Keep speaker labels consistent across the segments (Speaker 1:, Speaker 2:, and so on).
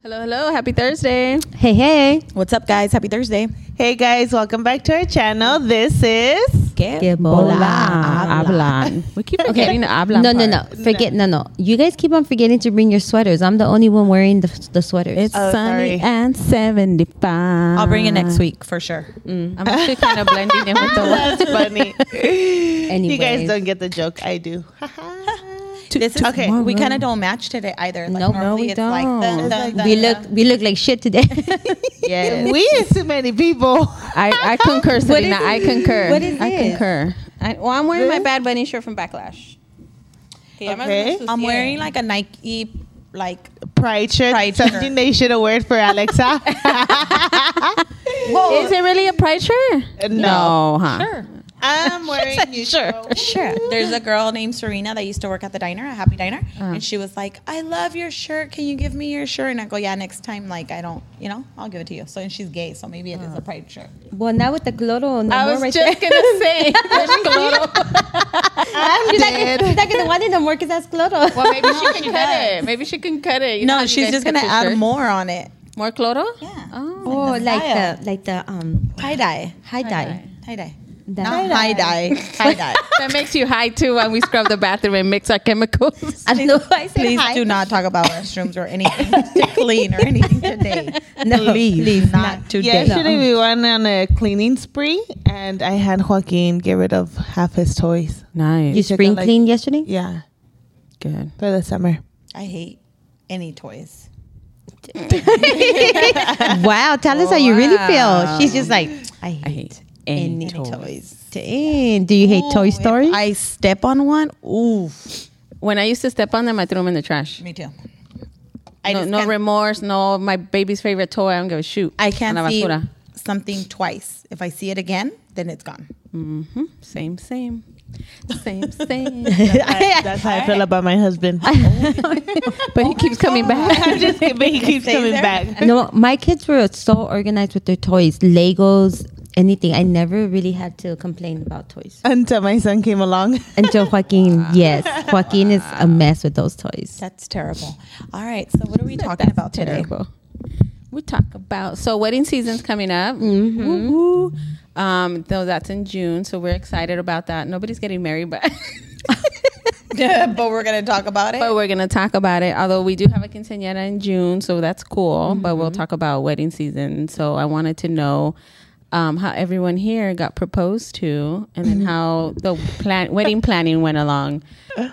Speaker 1: Hello, hello. Happy Thursday.
Speaker 2: Hey, hey.
Speaker 3: What's up, guys? Happy Thursday.
Speaker 4: Hey guys, welcome back to our channel. This is
Speaker 2: Que bola hablan.
Speaker 1: We keep forgetting the hablan
Speaker 2: No, no,
Speaker 1: part.
Speaker 2: no. Forget, no, no. You guys keep on forgetting to bring your sweaters. I'm the only one wearing the, the sweaters.
Speaker 5: It's
Speaker 4: Oh,
Speaker 5: sunny
Speaker 4: sorry.
Speaker 5: and 75.
Speaker 3: I'll bring it next week for sure.
Speaker 1: I'm actually kind of blending in with the
Speaker 4: That's funny.
Speaker 2: anyway.
Speaker 4: You guys don't get the joke. I do.
Speaker 3: this is,
Speaker 4: okay.
Speaker 3: We kind of don't match today either. Like
Speaker 2: Nope. No,
Speaker 3: normally
Speaker 2: we
Speaker 3: it's like the,
Speaker 2: don't.
Speaker 3: the, the,
Speaker 2: we look, we look like shit today.
Speaker 4: yes. We is too many people.
Speaker 5: I, I concur, Selena. I concur.
Speaker 2: what is
Speaker 5: I
Speaker 2: it?
Speaker 5: concur.
Speaker 1: I, well, I'm wearing my Bad Bunny shirt from Backlash.
Speaker 4: Okay.
Speaker 3: I'm wearing like a Nike like
Speaker 4: Pride shirt.
Speaker 3: Pride
Speaker 4: something
Speaker 3: shirt.
Speaker 4: they should award for Alexa.
Speaker 5: Is it really a pride shirt? No, huh?
Speaker 4: I'm wearing
Speaker 3: said
Speaker 4: you
Speaker 3: sure.
Speaker 4: show.
Speaker 2: sure.
Speaker 3: There's a girl named Serena that used to work at the diner, a happy diner, and she was like, "I love your shirt. Can you give me your shirt?" And I go, "Yeah, next time. Like, I don't, you know, I'll give it to you." So, and she's gay, so maybe it is a pride shirt.
Speaker 2: Well, now with the cloro, no
Speaker 1: I
Speaker 2: more
Speaker 1: was
Speaker 2: right
Speaker 1: just
Speaker 2: there.
Speaker 1: gonna say, there's cloro.
Speaker 2: I'm she's Not, gonna- she's not gonna want it no more because that's cloro.
Speaker 1: Well, maybe she
Speaker 3: No,
Speaker 1: can
Speaker 3: she
Speaker 1: cut it. Maybe she can cut it. You know how
Speaker 3: No,
Speaker 1: you
Speaker 3: she's
Speaker 1: guys
Speaker 3: just
Speaker 1: cut
Speaker 3: gonna
Speaker 1: your
Speaker 3: add
Speaker 1: shirt?
Speaker 3: more on it.
Speaker 1: More chloro?
Speaker 3: Yeah.
Speaker 1: Oh.
Speaker 2: Oh,
Speaker 3: the
Speaker 2: like
Speaker 3: style.
Speaker 2: the like the um
Speaker 3: Tie dye,
Speaker 2: high dye.
Speaker 3: tie dye,
Speaker 2: That-
Speaker 3: not high dye, tie dye.
Speaker 1: That makes you high too when we scrub the bathroom and mix our chemicals.
Speaker 2: I don't know. why I said
Speaker 3: Please
Speaker 2: high.
Speaker 3: do not talk about restrooms or anything to clean or anything today.
Speaker 2: No,
Speaker 3: please, not, today.
Speaker 4: Yesterday we went on a cleaning spree, and I had Joaquin get rid of half his toys.
Speaker 5: Nice.
Speaker 2: You
Speaker 4: took
Speaker 2: spring
Speaker 4: out, like-
Speaker 2: cleaned yesterday?
Speaker 4: Yeah,
Speaker 5: Good.
Speaker 4: for the summer.
Speaker 3: I hate any toys.
Speaker 2: wow, tell us how you really feel. She's just like, I hate,
Speaker 5: I hate any, toy.
Speaker 3: Toys.
Speaker 2: Dang, do you hate Toy
Speaker 3: Ooh,
Speaker 2: Story?
Speaker 3: If I step on one. Oof.
Speaker 1: When I used to step on them, I threw them in the trash.
Speaker 3: Me too. I
Speaker 1: no
Speaker 3: just
Speaker 1: no
Speaker 3: can't-
Speaker 1: remorse, no my baby's favorite toy. I'm gonna shoot.
Speaker 3: I
Speaker 1: a
Speaker 3: can't
Speaker 1: la
Speaker 3: see
Speaker 1: basura.
Speaker 3: something twice. If I see it again, then it's gone.
Speaker 1: Mm-hmm. Same, same. Same, same.
Speaker 4: That's how I feel about my husband.
Speaker 1: but he keeps coming back.
Speaker 4: I'm just kidding. He keeps
Speaker 3: Stays
Speaker 4: coming
Speaker 3: there.
Speaker 4: back.
Speaker 2: no, my kids were so organized with their toys, Legos, anything. I never really had to complain about toys
Speaker 4: Until my son came along.
Speaker 2: until Joaquin. yes, Joaquin is a mess with those toys.
Speaker 3: That's terrible. All right. So what are we talking about today?
Speaker 1: We talk about so wedding season's coming up.
Speaker 3: Mm-hmm.
Speaker 1: Woo-hoo. Um, though that's in June, so we're excited about that. Nobody's getting married, but
Speaker 3: but we're gonna talk about it.
Speaker 1: but we're gonna talk about it. Although we do have a quinceañera in June, so that's cool. But we'll talk about wedding season. So I wanted to know. Um, how everyone here got proposed to, and then how the plan- wedding planning went along,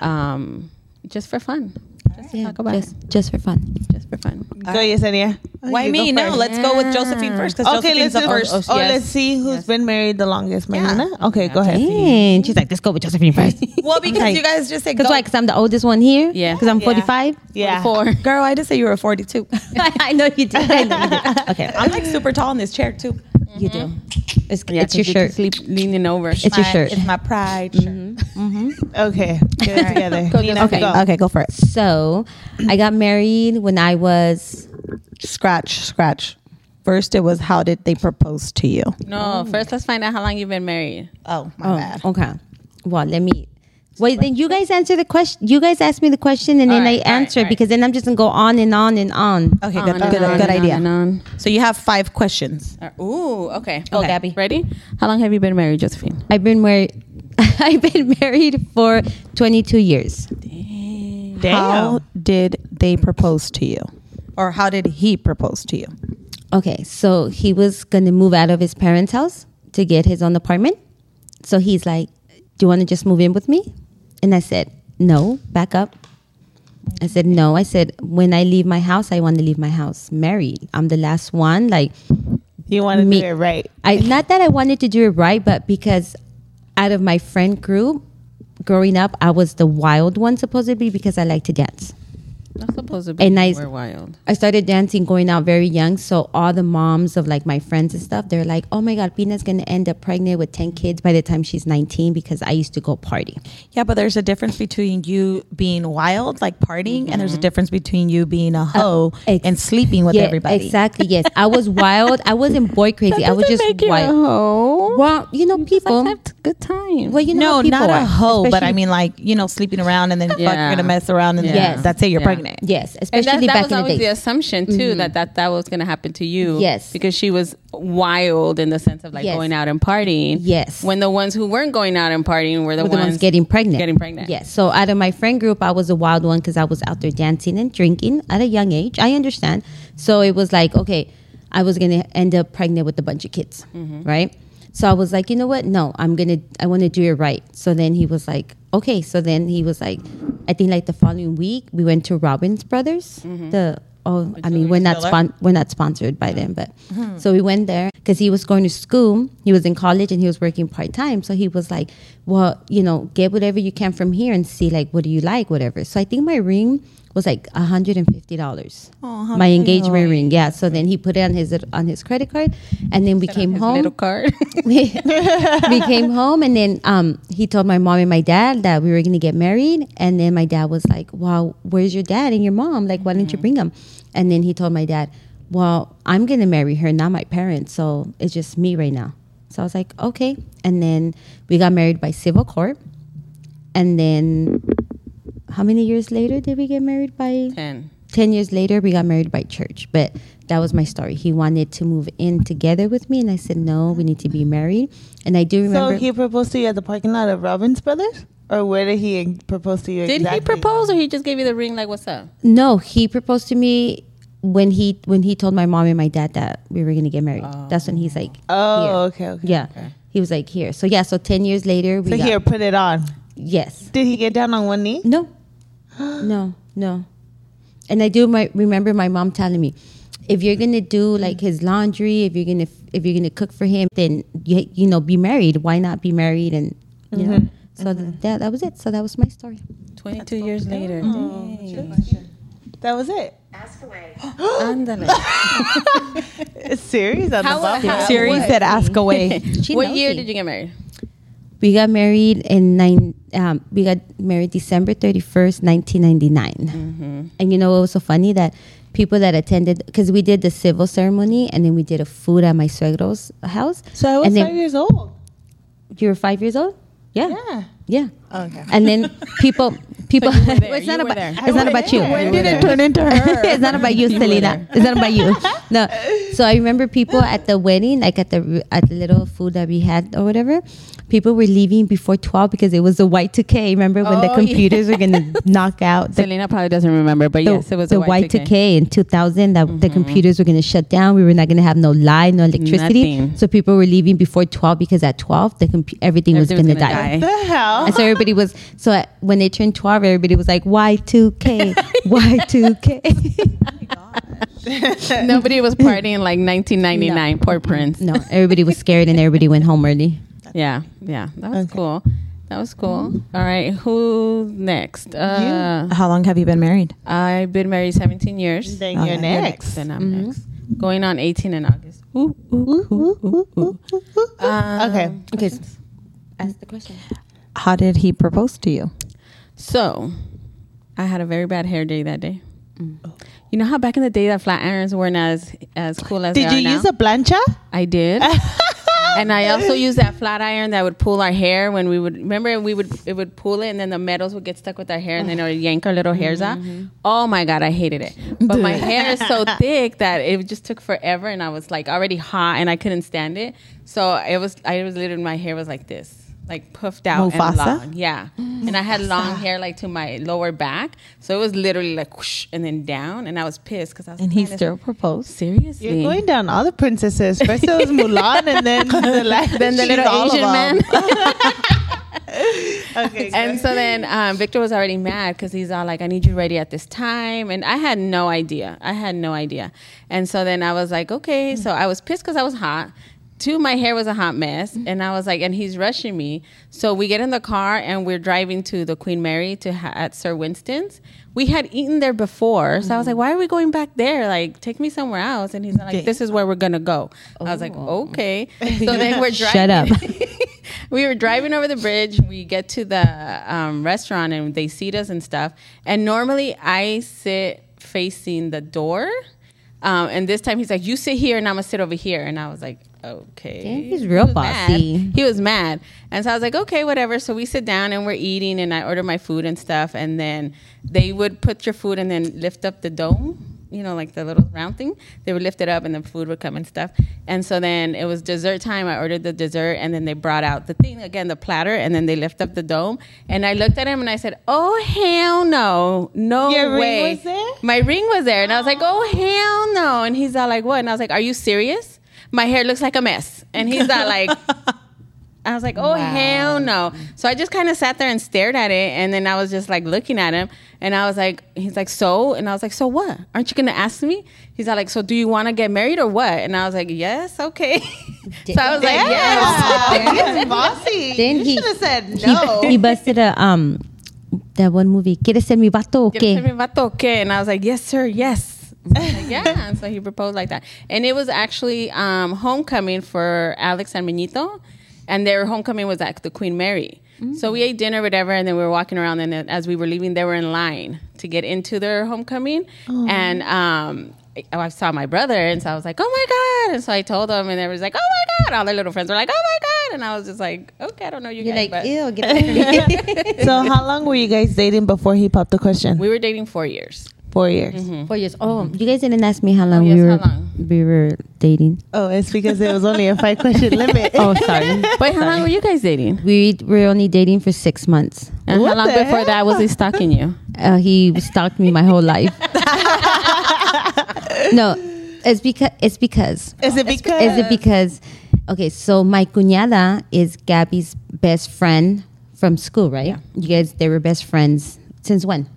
Speaker 1: um, just for fun, just to
Speaker 2: Yeah,
Speaker 1: talk about it.
Speaker 2: just, just for fun.
Speaker 1: just for fun.
Speaker 4: Go, Yesenia.
Speaker 3: Why
Speaker 4: You go
Speaker 3: me? No,
Speaker 4: first.
Speaker 3: let's go with Josephine first because
Speaker 4: Okay, let's
Speaker 3: Josephine's the
Speaker 4: do,
Speaker 3: first.
Speaker 4: Oh,
Speaker 1: oh, yes.
Speaker 4: let's see who's been married the longest.
Speaker 3: Yeah.
Speaker 4: Marina? Okay, go ahead.
Speaker 2: And she's like, let's go with Josephine first.
Speaker 3: Well, because you guys just said go.
Speaker 2: Because why? Because I'm the oldest one here.
Speaker 1: Yeah.
Speaker 2: Because I'm
Speaker 4: Yeah.
Speaker 2: 45.
Speaker 4: Yeah.
Speaker 1: Four.
Speaker 3: Girl, I just say you were 42.
Speaker 2: I know you did. I know you did. Okay,
Speaker 3: I'm like super tall in this chair too.
Speaker 2: you do. It's,
Speaker 1: Yeah,
Speaker 2: it's your
Speaker 1: 'cause you can
Speaker 2: shirt.
Speaker 1: Sleep leaning over.
Speaker 2: It's your
Speaker 3: My-
Speaker 2: shirt.
Speaker 3: It's Mm-hmm. my pride. Shirt.
Speaker 4: Okay, get it together.
Speaker 1: Go,
Speaker 4: Nina,
Speaker 1: go,
Speaker 4: go.
Speaker 3: Okay, go for it.
Speaker 2: So I got married when I was
Speaker 3: Scratch, scratch. First, it was how did they propose to you?
Speaker 1: No, first let's find out how long you've been married.
Speaker 3: Oh, my bad.
Speaker 2: okay. Well, let me. Wait, then you guys answer the question. You guys ask me the question, and then
Speaker 1: All right,
Speaker 2: I
Speaker 1: all right,
Speaker 2: answer
Speaker 1: all
Speaker 2: it
Speaker 1: right.
Speaker 2: because then I'm just gonna go on and on and on.
Speaker 3: Okay, good,
Speaker 1: On
Speaker 3: good,
Speaker 1: and on
Speaker 3: good
Speaker 1: and
Speaker 3: idea.
Speaker 1: on and
Speaker 3: So you have five questions.
Speaker 1: on. Uh, Ooh, okay.
Speaker 2: Go,
Speaker 1: Okay.
Speaker 2: Gabby.
Speaker 1: Ready? How long have you been married, Josephine?
Speaker 2: I've been married. I've been married for 22 years.
Speaker 4: Damn.
Speaker 3: How did they propose to you? Or how did he propose to you?
Speaker 2: Okay, so he was gonna move out of his parents' house to get his own apartment. So he's like, "Do you want to just move in with me?" And I said, "No." Back up. I said, "No." I said, "When I leave my house, I want to leave my house married. I'm the last one. Like,
Speaker 4: You want to
Speaker 2: Me-
Speaker 4: do it right.
Speaker 2: I not that I wanted to do it right, but because out of my friend group growing up, I was the wild one supposedly because I like to dance.
Speaker 1: Not supposed to be.
Speaker 2: A nice-
Speaker 1: We're wild.
Speaker 2: I started dancing going out very young, so all the moms of like my friends and stuff, they're like, "Oh my god, Pina's gonna end up pregnant with ten kids by the time she's 19 because I used to go party."
Speaker 3: Yeah, but there's a difference between you being wild, like partying, and there's a difference between you being a hoe
Speaker 2: Mm-hmm. Uh, ex-
Speaker 3: and sleeping with
Speaker 2: Yeah,
Speaker 3: everybody.
Speaker 2: exactly. Yes, I was wild. I wasn't boy crazy. I was just wild. Well, you know, people.
Speaker 1: Sometimes good time.
Speaker 2: Well, you know,
Speaker 3: no,
Speaker 2: how people
Speaker 3: not
Speaker 2: are,
Speaker 3: a hoe, but I
Speaker 2: especially-
Speaker 3: mean like you know sleeping around and then fuck,
Speaker 1: Yeah.
Speaker 3: you're gonna mess around and
Speaker 1: Yeah.
Speaker 3: then that's it. You're
Speaker 1: Yeah.
Speaker 3: pregnant.
Speaker 2: yes,
Speaker 1: and that,
Speaker 2: especially
Speaker 1: that was
Speaker 2: back in
Speaker 1: always
Speaker 2: the
Speaker 1: the Mm-hmm.
Speaker 2: day.
Speaker 1: assumption too that, that that was going to happen to you.
Speaker 2: Yes.
Speaker 1: because she was wild in the sense of like
Speaker 2: Yes.
Speaker 1: going out and partying.
Speaker 2: Yes.
Speaker 1: when the ones who weren't going out and partying were the,
Speaker 2: Were
Speaker 1: ones,
Speaker 2: getting pregnant.
Speaker 1: Getting pregnant.
Speaker 2: Yes. So out of my friend group, I was a wild one because I was out there dancing and drinking at a young age. I understand. So it was like, okay, I was gonna end up pregnant with a bunch of kids,
Speaker 1: Mm-hmm.
Speaker 2: right? So I was like, you know what? No, I'm gonna. I want to do it right. So then he was like, okay. So then he was like, I think like the following week we went to Robbins Brothers.
Speaker 1: Mm-hmm.
Speaker 2: The oh, I mean we're not
Speaker 3: Distiller?
Speaker 2: spon- we're not sponsored by them, but so we went there because he was going to school. He was in college and he was working part time. So he was like, well, you know, get whatever you can from here and see like what do you like, whatever. So I think my ring was like hundred and fifty dollars. My engagement ring, yeah. So then he put it on his on his credit card, and then we came home
Speaker 1: little card.
Speaker 2: we, we came home and then um, he told my mom and my dad that we were going to get married and then my dad was like well where's your dad and your mom like why didn't you bring them and then he told my dad well i'm going to marry her not my parents so it's just me right now so i was like okay and then we got married by civil court and then how many years later did we get married by
Speaker 1: and
Speaker 2: 10 years later we got married by church but that was my story he wanted to move in together with me and i said no we need to be married and i do
Speaker 4: So
Speaker 2: remember
Speaker 4: he proposed to you at the parking lot of Robbins Brothers, or where did he en- propose to you?
Speaker 1: did
Speaker 4: exactly?
Speaker 1: he propose or he just gave you the ring? Like, what's up?
Speaker 2: no he proposed to me when he when he told my mom and my dad that we were gonna get married that's when he's like
Speaker 4: Oh,
Speaker 2: here.
Speaker 4: okay, okay.
Speaker 2: yeah he was like here so yeah so 10 years later we
Speaker 4: So
Speaker 2: got,
Speaker 4: here, put it on.
Speaker 2: yes
Speaker 4: Did he get down on one knee?
Speaker 2: No, no, no. And I do my, remember my mom telling me, if you're gonna do like his laundry, if you're gonna if you're gonna cook for him, then you, you know be married. Why not be married? And you know,
Speaker 1: Mm-hmm.
Speaker 2: so th- that that was it. So that was my story.
Speaker 1: Twenty-two years later.
Speaker 4: That was it.
Speaker 1: Ándale.
Speaker 4: It's serious on
Speaker 1: How-
Speaker 4: the bottom.
Speaker 1: how-
Speaker 3: Series
Speaker 1: what-
Speaker 3: that ask away.
Speaker 2: She
Speaker 1: what
Speaker 2: knows
Speaker 1: year
Speaker 2: me.
Speaker 1: did you get married?
Speaker 2: We got married in nine. Um, we got married December thirty first, nineteen
Speaker 1: Mm-hmm.
Speaker 2: And you know what was so funny that people that attended because we did the civil ceremony and then we did a food at my suegro's house.
Speaker 4: So I was
Speaker 2: and then-
Speaker 4: five years old.
Speaker 2: You were five years old. Yeah.
Speaker 4: Yeah.
Speaker 2: Yeah.
Speaker 4: Okay.
Speaker 2: And then people, people.
Speaker 1: there,
Speaker 2: it's
Speaker 1: you
Speaker 2: not
Speaker 1: were
Speaker 2: about.
Speaker 1: there. I
Speaker 2: It's not about you.
Speaker 4: there. When
Speaker 2: did it turn into her? it's not about you, Selena. It's not about you. No. So I remember people at the wedding, like at the at the little food that we had or whatever. People were leaving before twelve because it was the Y two K. Remember when the
Speaker 1: Oh, yeah.
Speaker 2: computers were gonna knock out the
Speaker 1: Selena probably doesn't remember, but
Speaker 2: the,
Speaker 1: yes, it was
Speaker 2: the
Speaker 1: a white Mm-hmm.
Speaker 2: Y2K. in 2000 that the computers were going to shut down. We were not going to have no light, no electricity.
Speaker 1: Nothing.
Speaker 2: So people were leaving before 12 because at 12 the compu- everything, was going
Speaker 1: Everything
Speaker 2: to
Speaker 1: was
Speaker 2: die.
Speaker 1: gonna die.
Speaker 4: The hell?
Speaker 2: And so everybody was so uh, when they turned 12 everybody was like Y2K, Y2K.
Speaker 1: Nobody was partying like 1999. Poor Prince.
Speaker 2: no, everybody was scared and everybody went home early.
Speaker 1: Yeah, yeah, that was cool. That was cool. All right, who next? Uh,
Speaker 3: How long have you been married?
Speaker 1: I've been married 17 years.
Speaker 4: Then you're
Speaker 1: You're
Speaker 4: next. Mm-hmm.
Speaker 1: Then I'm next. Going on 18 in August. Ooh, ooh, ooh, ooh, ooh. Um,
Speaker 4: Okay.
Speaker 2: Okay. Ask the question.
Speaker 3: How did he propose to you?
Speaker 1: So, I had a very bad hair day that day.
Speaker 4: Mm.
Speaker 1: You know how back in the day that flat irons weren't as as cool as
Speaker 4: Did
Speaker 1: they
Speaker 4: you
Speaker 1: are
Speaker 4: use
Speaker 1: now?
Speaker 4: a plancha?
Speaker 1: I did. and I also used that flat iron that would pull our hair when we would remember we would it would pull it and then the metals would get stuck with our hair and then it would yank our little hairs out. Oh my god, I hated it. But my hair is so thick that it just took forever and I was like already hot and I couldn't stand it. So it was I was literally my hair was like this. Like puffed out and
Speaker 4: Mufasa?
Speaker 1: long, yeah. And I had long hair like to my lower back, so it was literally like whoosh and then down. And I was pissed because I was
Speaker 3: And
Speaker 1: like,
Speaker 3: he
Speaker 1: "Man, it's
Speaker 3: still proposed.
Speaker 1: seriously.
Speaker 4: You're going down all the princesses. First it was Mulan, and then the last,
Speaker 1: then the little Asian man.
Speaker 4: Okay,
Speaker 1: and so then um, Victor was already mad because he's all like, I need you ready at this time. And I had no idea. I had no idea. And so then I was like, okay.
Speaker 2: Mm.
Speaker 1: So I was pissed because I was hot. Two, my hair was a hot mess.
Speaker 2: Mm-hmm.
Speaker 1: And I was like, and he's rushing me. So we get in the car and we're driving to the Queen Mary to ha- at Sir Winston's. We had eaten there before. So I
Speaker 2: Mm-hmm.
Speaker 1: was like, why are we going back there? Like, take me somewhere else. And he's like, this is where we're going to go. I was like, okay. So then we're driving
Speaker 2: Oh. Shut up.
Speaker 1: we were driving over the bridge. We get to the um, restaurant and they seat us and stuff. And normally I sit facing the door. Um, and this time he's like, You sit here and I'm going to sit over here. And I was like, okay.
Speaker 2: Yeah, he's real
Speaker 1: was mad.
Speaker 2: bossy.
Speaker 1: He was mad. And so I was like, okay, whatever. So we sit down and we're eating and I order my food and stuff. And then they would put your food and then lift up the dome, you know, like the little round thing. They would lift it up and the food would come and stuff. And so then it was dessert time. I ordered the dessert and then they brought out the thing again, the platter, and then they lift up the dome. And I looked at him and I said, oh, hell no. No
Speaker 4: Your ring
Speaker 1: way.
Speaker 4: was there?
Speaker 1: My ring was there. And I was like, oh, hell no. And he's all like, what? And I was like, are you serious? My hair looks like a mess. And he's all like, I was like, oh, hell no. So I just kind of sat there and stared at it. And then I was just like looking at him. And I was like, he's like, so? And I was like, so what? Aren't you going to ask me? He's all like, so do you want to get married or what? And I was like, yes, okay. so I was like, yes.
Speaker 4: That's bossy.
Speaker 2: Then
Speaker 4: you
Speaker 2: he-
Speaker 4: should have said
Speaker 2: He,
Speaker 4: no.
Speaker 2: he busted a um that one movie. ¿Quieres ser mi vato o
Speaker 1: "Give me
Speaker 2: qué?
Speaker 1: vato, okay?" And I was like, yes, sir, yes. I was like, yeah. And so he proposed like that. And it was actually um, homecoming for Alex and Meñito. And their homecoming was at the Queen Mary.
Speaker 2: Mm.
Speaker 1: So we ate dinner, whatever, and then we were walking around. And then as we were leaving, they were in line to get into their homecoming.
Speaker 2: Oh.
Speaker 1: And um, I I saw my brother, and so I was like, "Oh my god!" And so I told them, and they was like, "Oh my god!" All their little friends were like, "Oh my god!" And I was just like, "Okay, I don't know you
Speaker 2: You're
Speaker 1: guys."
Speaker 2: like,
Speaker 1: but
Speaker 2: ew, get away from me.
Speaker 4: so how long were you guys dating before he popped the question?
Speaker 1: we were dating four years.
Speaker 4: Four years.
Speaker 2: Four years. Oh, you guys didn't ask me how long
Speaker 1: Mm-hmm. Oh, yes,
Speaker 2: we
Speaker 1: how
Speaker 2: were
Speaker 1: long?
Speaker 2: we were dating.
Speaker 4: Oh, it's because it was only a five question limit.
Speaker 2: Oh, sorry.
Speaker 1: But how long were you guys dating?
Speaker 2: we were only dating for six months.
Speaker 1: And
Speaker 4: What
Speaker 1: how long
Speaker 4: the
Speaker 1: before that was he stalking you?
Speaker 2: Uh, he stalked me my whole life. no, it's because it's because
Speaker 4: Is it because?
Speaker 2: is it because okay? So my cuñada is Gabby's best friend from school, right? You guys, they were best friends since when?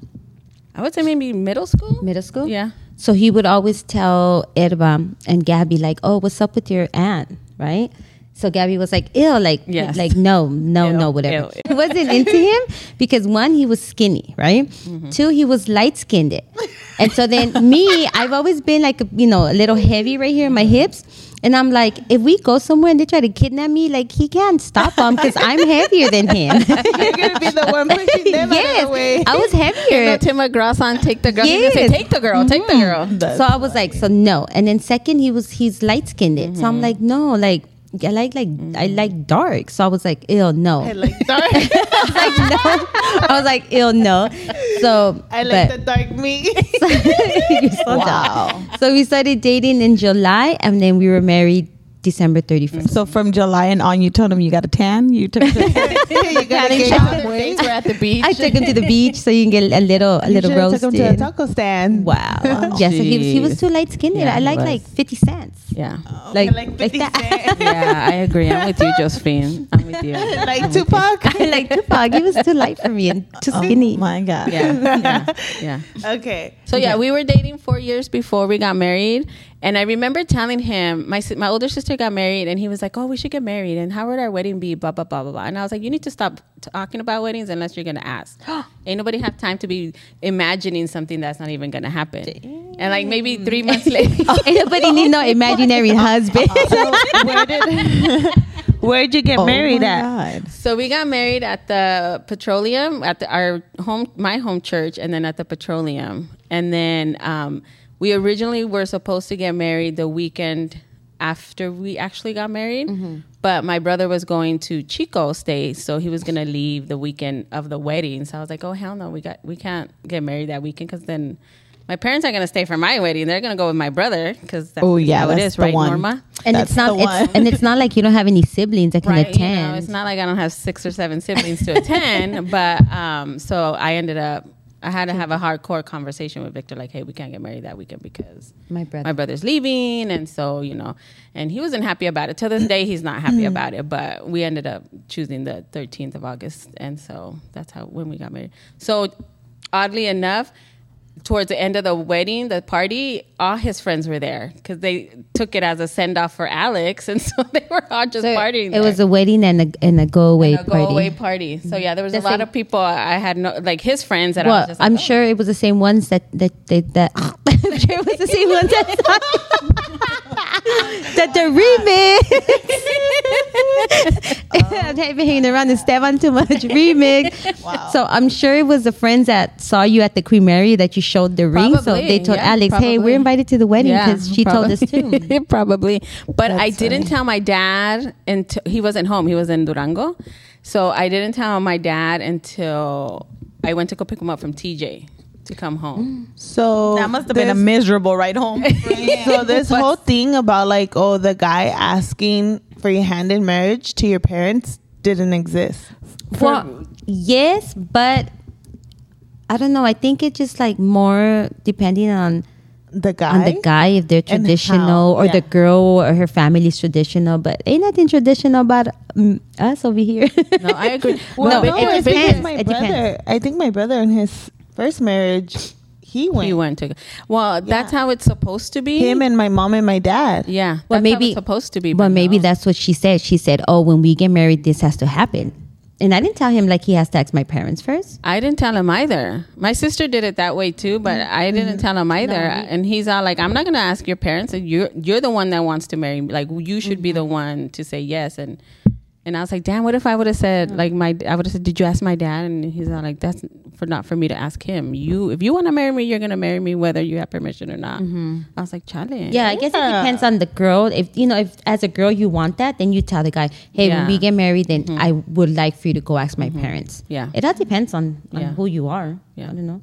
Speaker 1: I would say maybe middle school.
Speaker 2: Middle school.
Speaker 1: Yeah.
Speaker 2: So he would always tell Erba and Gabby like, "Oh, what's up with your aunt?" Right? So Gabby was like, "Ill, like,
Speaker 1: Yes.
Speaker 2: like no, no,
Speaker 1: Ew,
Speaker 2: no, whatever."
Speaker 1: ew.
Speaker 2: It wasn't into him because one, he was skinny, right?
Speaker 1: Mm-hmm.
Speaker 2: Two, he was light skinned, and so then me, I've always been like, you know, a little heavy right here in my hips. And I'm like, if we go somewhere and they try to kidnap me, like he can't stop them because I'm heavier than him.
Speaker 4: You're gonna be the one pushing them out of the way.
Speaker 2: yes, I was heavier.
Speaker 1: Tim McGraw song, take the girl. He's gonna
Speaker 2: Yes. Mm-hmm.
Speaker 1: Say, take the girl, take the girl.
Speaker 2: so I was like, so no. And then second, he was he's light skinned. So I'm like, no, like I like like I like dark. So I was like, ew, no. I,
Speaker 4: I like dark.
Speaker 2: was like, no. I was like, ew, no. So
Speaker 4: I like
Speaker 2: but-
Speaker 4: the dark meat.
Speaker 2: You're so dumb. So we started dating in July, and then we were married December thirty first.
Speaker 3: So from July and on, you told him you got a tan. You took.
Speaker 4: you gotta
Speaker 2: Panic
Speaker 4: get
Speaker 2: shop.
Speaker 4: some weight.
Speaker 1: We're at the beach.
Speaker 2: I took him to the beach so you can get a little a
Speaker 4: You
Speaker 2: little
Speaker 4: should've took him to a
Speaker 2: roasted.
Speaker 4: taco stand.
Speaker 2: Wow. yeah. So he was, he was too light skinned.
Speaker 1: Yeah,
Speaker 2: I
Speaker 1: he
Speaker 2: like
Speaker 1: was.
Speaker 2: like fifty cents.
Speaker 1: yeah.
Speaker 2: Like,
Speaker 4: like
Speaker 2: like
Speaker 4: 50
Speaker 2: that.
Speaker 1: Yeah, I agree. I'm with you, Josephine. I'm with you.
Speaker 4: Like Tupac.
Speaker 2: I like Tupac. He was too light for me and too
Speaker 1: Oh
Speaker 2: skinny.
Speaker 3: Oh my God.
Speaker 1: Yeah. Yeah. yeah.
Speaker 4: Okay.
Speaker 1: So yeah, we were dating four years before we got married, and I remember telling him my si- my older sister got married, and he was like, "Oh, we should get married, and how would our wedding be?" Blah blah blah blah blah. And I was like, "You need to stop talking about weddings unless you're gonna ask. Ain't nobody have time to be imagining something that's not even gonna happen." And like maybe three months later,
Speaker 2: Ain't nobody need no imaginary husband.
Speaker 4: Where did Where'd you get married at?
Speaker 1: so we got married at the Petroleum at the, our home, my home church, and then at the Petroleum, and then um, we originally were supposed to get married the weekend after we actually got married.
Speaker 3: Mm-hmm.
Speaker 1: But my brother was going to Chico State, so he was gonna leave the weekend of the wedding. So I was like, "Oh hell no, we got we can't get married that weekend because then my parents are gonna stay for my wedding. They're gonna go with my brother because that's
Speaker 3: Oh, yeah,
Speaker 1: how it
Speaker 3: that's
Speaker 1: is,
Speaker 3: the
Speaker 1: right,
Speaker 3: one.
Speaker 1: Norma?
Speaker 2: And
Speaker 3: That's
Speaker 2: it's not
Speaker 3: the
Speaker 2: it's,
Speaker 3: one.
Speaker 2: and it's not like you don't have any siblings that can
Speaker 1: right you know,
Speaker 2: attend.
Speaker 1: it's not like i don't have six or seven siblings to attend but um so i ended up i had to have a hardcore conversation with victor like hey we can't get married that weekend because
Speaker 2: My brother.
Speaker 1: my brother's leaving and so you know and he wasn't happy about it till this day he's not happy about it but we ended up choosing the 13th of august and so that's how when we got married so oddly enough towards the end of the wedding, the party, all his friends were there because they took it as a send off for Alex, and so they were all just partying.
Speaker 2: it
Speaker 1: there.
Speaker 2: was a wedding and a and a go away
Speaker 1: a
Speaker 2: party.
Speaker 1: go away party.
Speaker 4: Mm-hmm.
Speaker 1: So yeah, there was
Speaker 2: That's
Speaker 1: a lot
Speaker 2: it.
Speaker 1: of people I had no like his friends that I
Speaker 2: Well,
Speaker 1: was just like,
Speaker 2: I'm
Speaker 1: oh.
Speaker 2: sure it was the same ones that that that, that I'm sure it was the same ones that that the remix. I've been hanging around the Esteban too much remix.
Speaker 3: Wow.
Speaker 2: So I'm sure it was the friends that saw you at the Creamery that you showed the ring. So
Speaker 1: Probably,
Speaker 2: they told
Speaker 1: yeah,
Speaker 2: Alex, "Hey,
Speaker 1: probably.
Speaker 2: we're invited to the wedding because she told us too."
Speaker 1: probably. probably. But I didn't tell my dad until he wasn't home. He was in Durango. So I didn't tell my dad until I went to go pick him up from TJ to come home.
Speaker 4: So
Speaker 3: That must have been a
Speaker 4: this-
Speaker 3: miserable ride home.
Speaker 4: so this whole thing about like oh the guy asking for your hand in marriage to your parents didn't exist.
Speaker 2: Well, yes, but I don't know. I think it's just like more depending on
Speaker 4: The guy.
Speaker 2: on the guy if they're
Speaker 4: And how,
Speaker 2: traditional or
Speaker 4: yeah.
Speaker 2: the girl or her family's traditional. But ain't nothing traditional about mm, us over here.
Speaker 1: No, I agree. no,
Speaker 4: Well, no,
Speaker 1: but it
Speaker 4: I think
Speaker 1: depends.
Speaker 4: it's my
Speaker 2: It
Speaker 4: brother.
Speaker 2: depends.
Speaker 4: I think my brother in his first marriage, he went.
Speaker 1: We went to. Well, that's how it's supposed to be.
Speaker 4: Mm. Him and my mom and my dad.
Speaker 1: yeah. That's
Speaker 2: Well,
Speaker 1: how
Speaker 2: maybe-
Speaker 1: it's supposed to be.
Speaker 2: but maybe
Speaker 1: no.
Speaker 2: that's what she said. She said, "Oh, when we get married, this has to happen." And I didn't tell him like he has to ask my parents first.
Speaker 1: I didn't tell him either. My sister did it that way too, but
Speaker 2: Mm-hmm.
Speaker 1: I didn't tell him either. and he's all like, "I'm not gonna ask your parents. and You're you're the one that wants to marry me. Like you should
Speaker 2: Mm-hmm.
Speaker 1: be the one to say yes." And and I was like, "Damn, what if I would have said like my I would have said, "Did you ask my dad?" And he's all like, "That's for not for me to ask him. You if you want to marry me, you're gonna marry me whether you have permission or not." I was like, "Challenge."
Speaker 2: Mm-hmm. Yeah, I guess it depends on the girl. If you know, if as a girl you want that, then you tell the guy,
Speaker 1: Yeah.
Speaker 2: "Hey,
Speaker 1: Mm-hmm.
Speaker 2: when we get married, then I would like for you to go ask my parents."
Speaker 1: Yeah.
Speaker 2: it all depends on, on
Speaker 1: Yeah.
Speaker 2: who you are.
Speaker 1: Yeah.
Speaker 2: I don't know.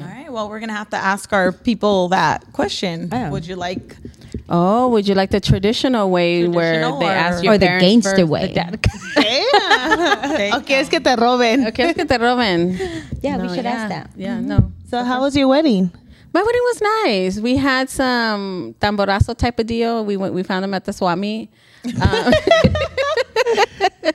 Speaker 3: All right. Well, we're gonna have to ask our people that question.
Speaker 2: Yeah.
Speaker 3: Would you like?
Speaker 1: Oh, would you like the traditional way where
Speaker 3: Traditional
Speaker 1: they
Speaker 3: or-
Speaker 1: ask your
Speaker 2: Or the
Speaker 1: parents
Speaker 2: gangster
Speaker 1: first,
Speaker 2: way.
Speaker 1: The dad-
Speaker 4: okay, es que te roben.
Speaker 1: okay, es que te roben.
Speaker 2: Yeah,
Speaker 1: No,
Speaker 2: we should
Speaker 1: yeah,
Speaker 2: ask that. Mm-hmm.
Speaker 1: Yeah, no.
Speaker 4: So how was your wedding?
Speaker 1: My wedding was nice. We had some tamborazo type of deal. We went. We found them at the swap meet.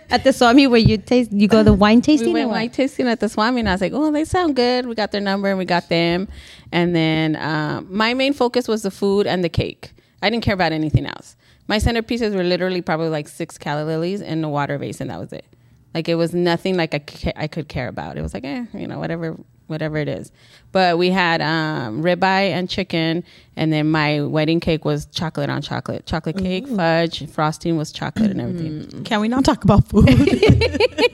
Speaker 2: At the Swami where you taste, you go the wine tasting.
Speaker 1: We
Speaker 2: or
Speaker 1: went
Speaker 2: what?
Speaker 1: wine tasting at the swap meet, and I was like, "Oh, they sound good." We got their number and we got them. And then um, my main focus was the food and the cake. I didn't care about anything else. My centerpieces were literally probably like six calla lilies and a water vase, and that was it. Like it was nothing like I, ca- I could care about. It was like, eh, you know, whatever, whatever it is. But we had um, ribeye and chicken, and then my wedding cake was chocolate on chocolate, chocolate cake, fudge, frosting was chocolate and everything.
Speaker 3: Can we not talk about food?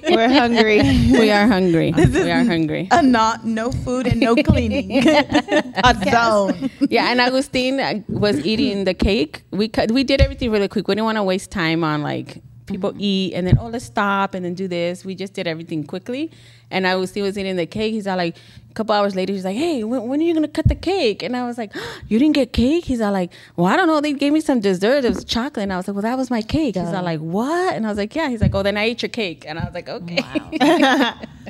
Speaker 4: We're hungry.
Speaker 1: we are hungry. we are hungry.
Speaker 3: A not no food and no cleaning. A zone.
Speaker 1: yeah, and Agustin uh, was eating the cake. We cut, we did everything really quick. We didn't want to waste time on like people eat and then oh let's stop and then do this. We just did everything quickly. And Agustin was eating the cake. He's all like, a couple hours later, he's like, "Hey, when, when are you gonna cut the cake?" And I was like, "Ah, "You didn't get cake?" He's all like, "Well, I don't know. They gave me some dessert. It was chocolate." And I was like, "Well, that was my cake." He's all like, "What?" And I was like, "Yeah." He's like, "Oh, then I ate your cake." And I was like, "Okay."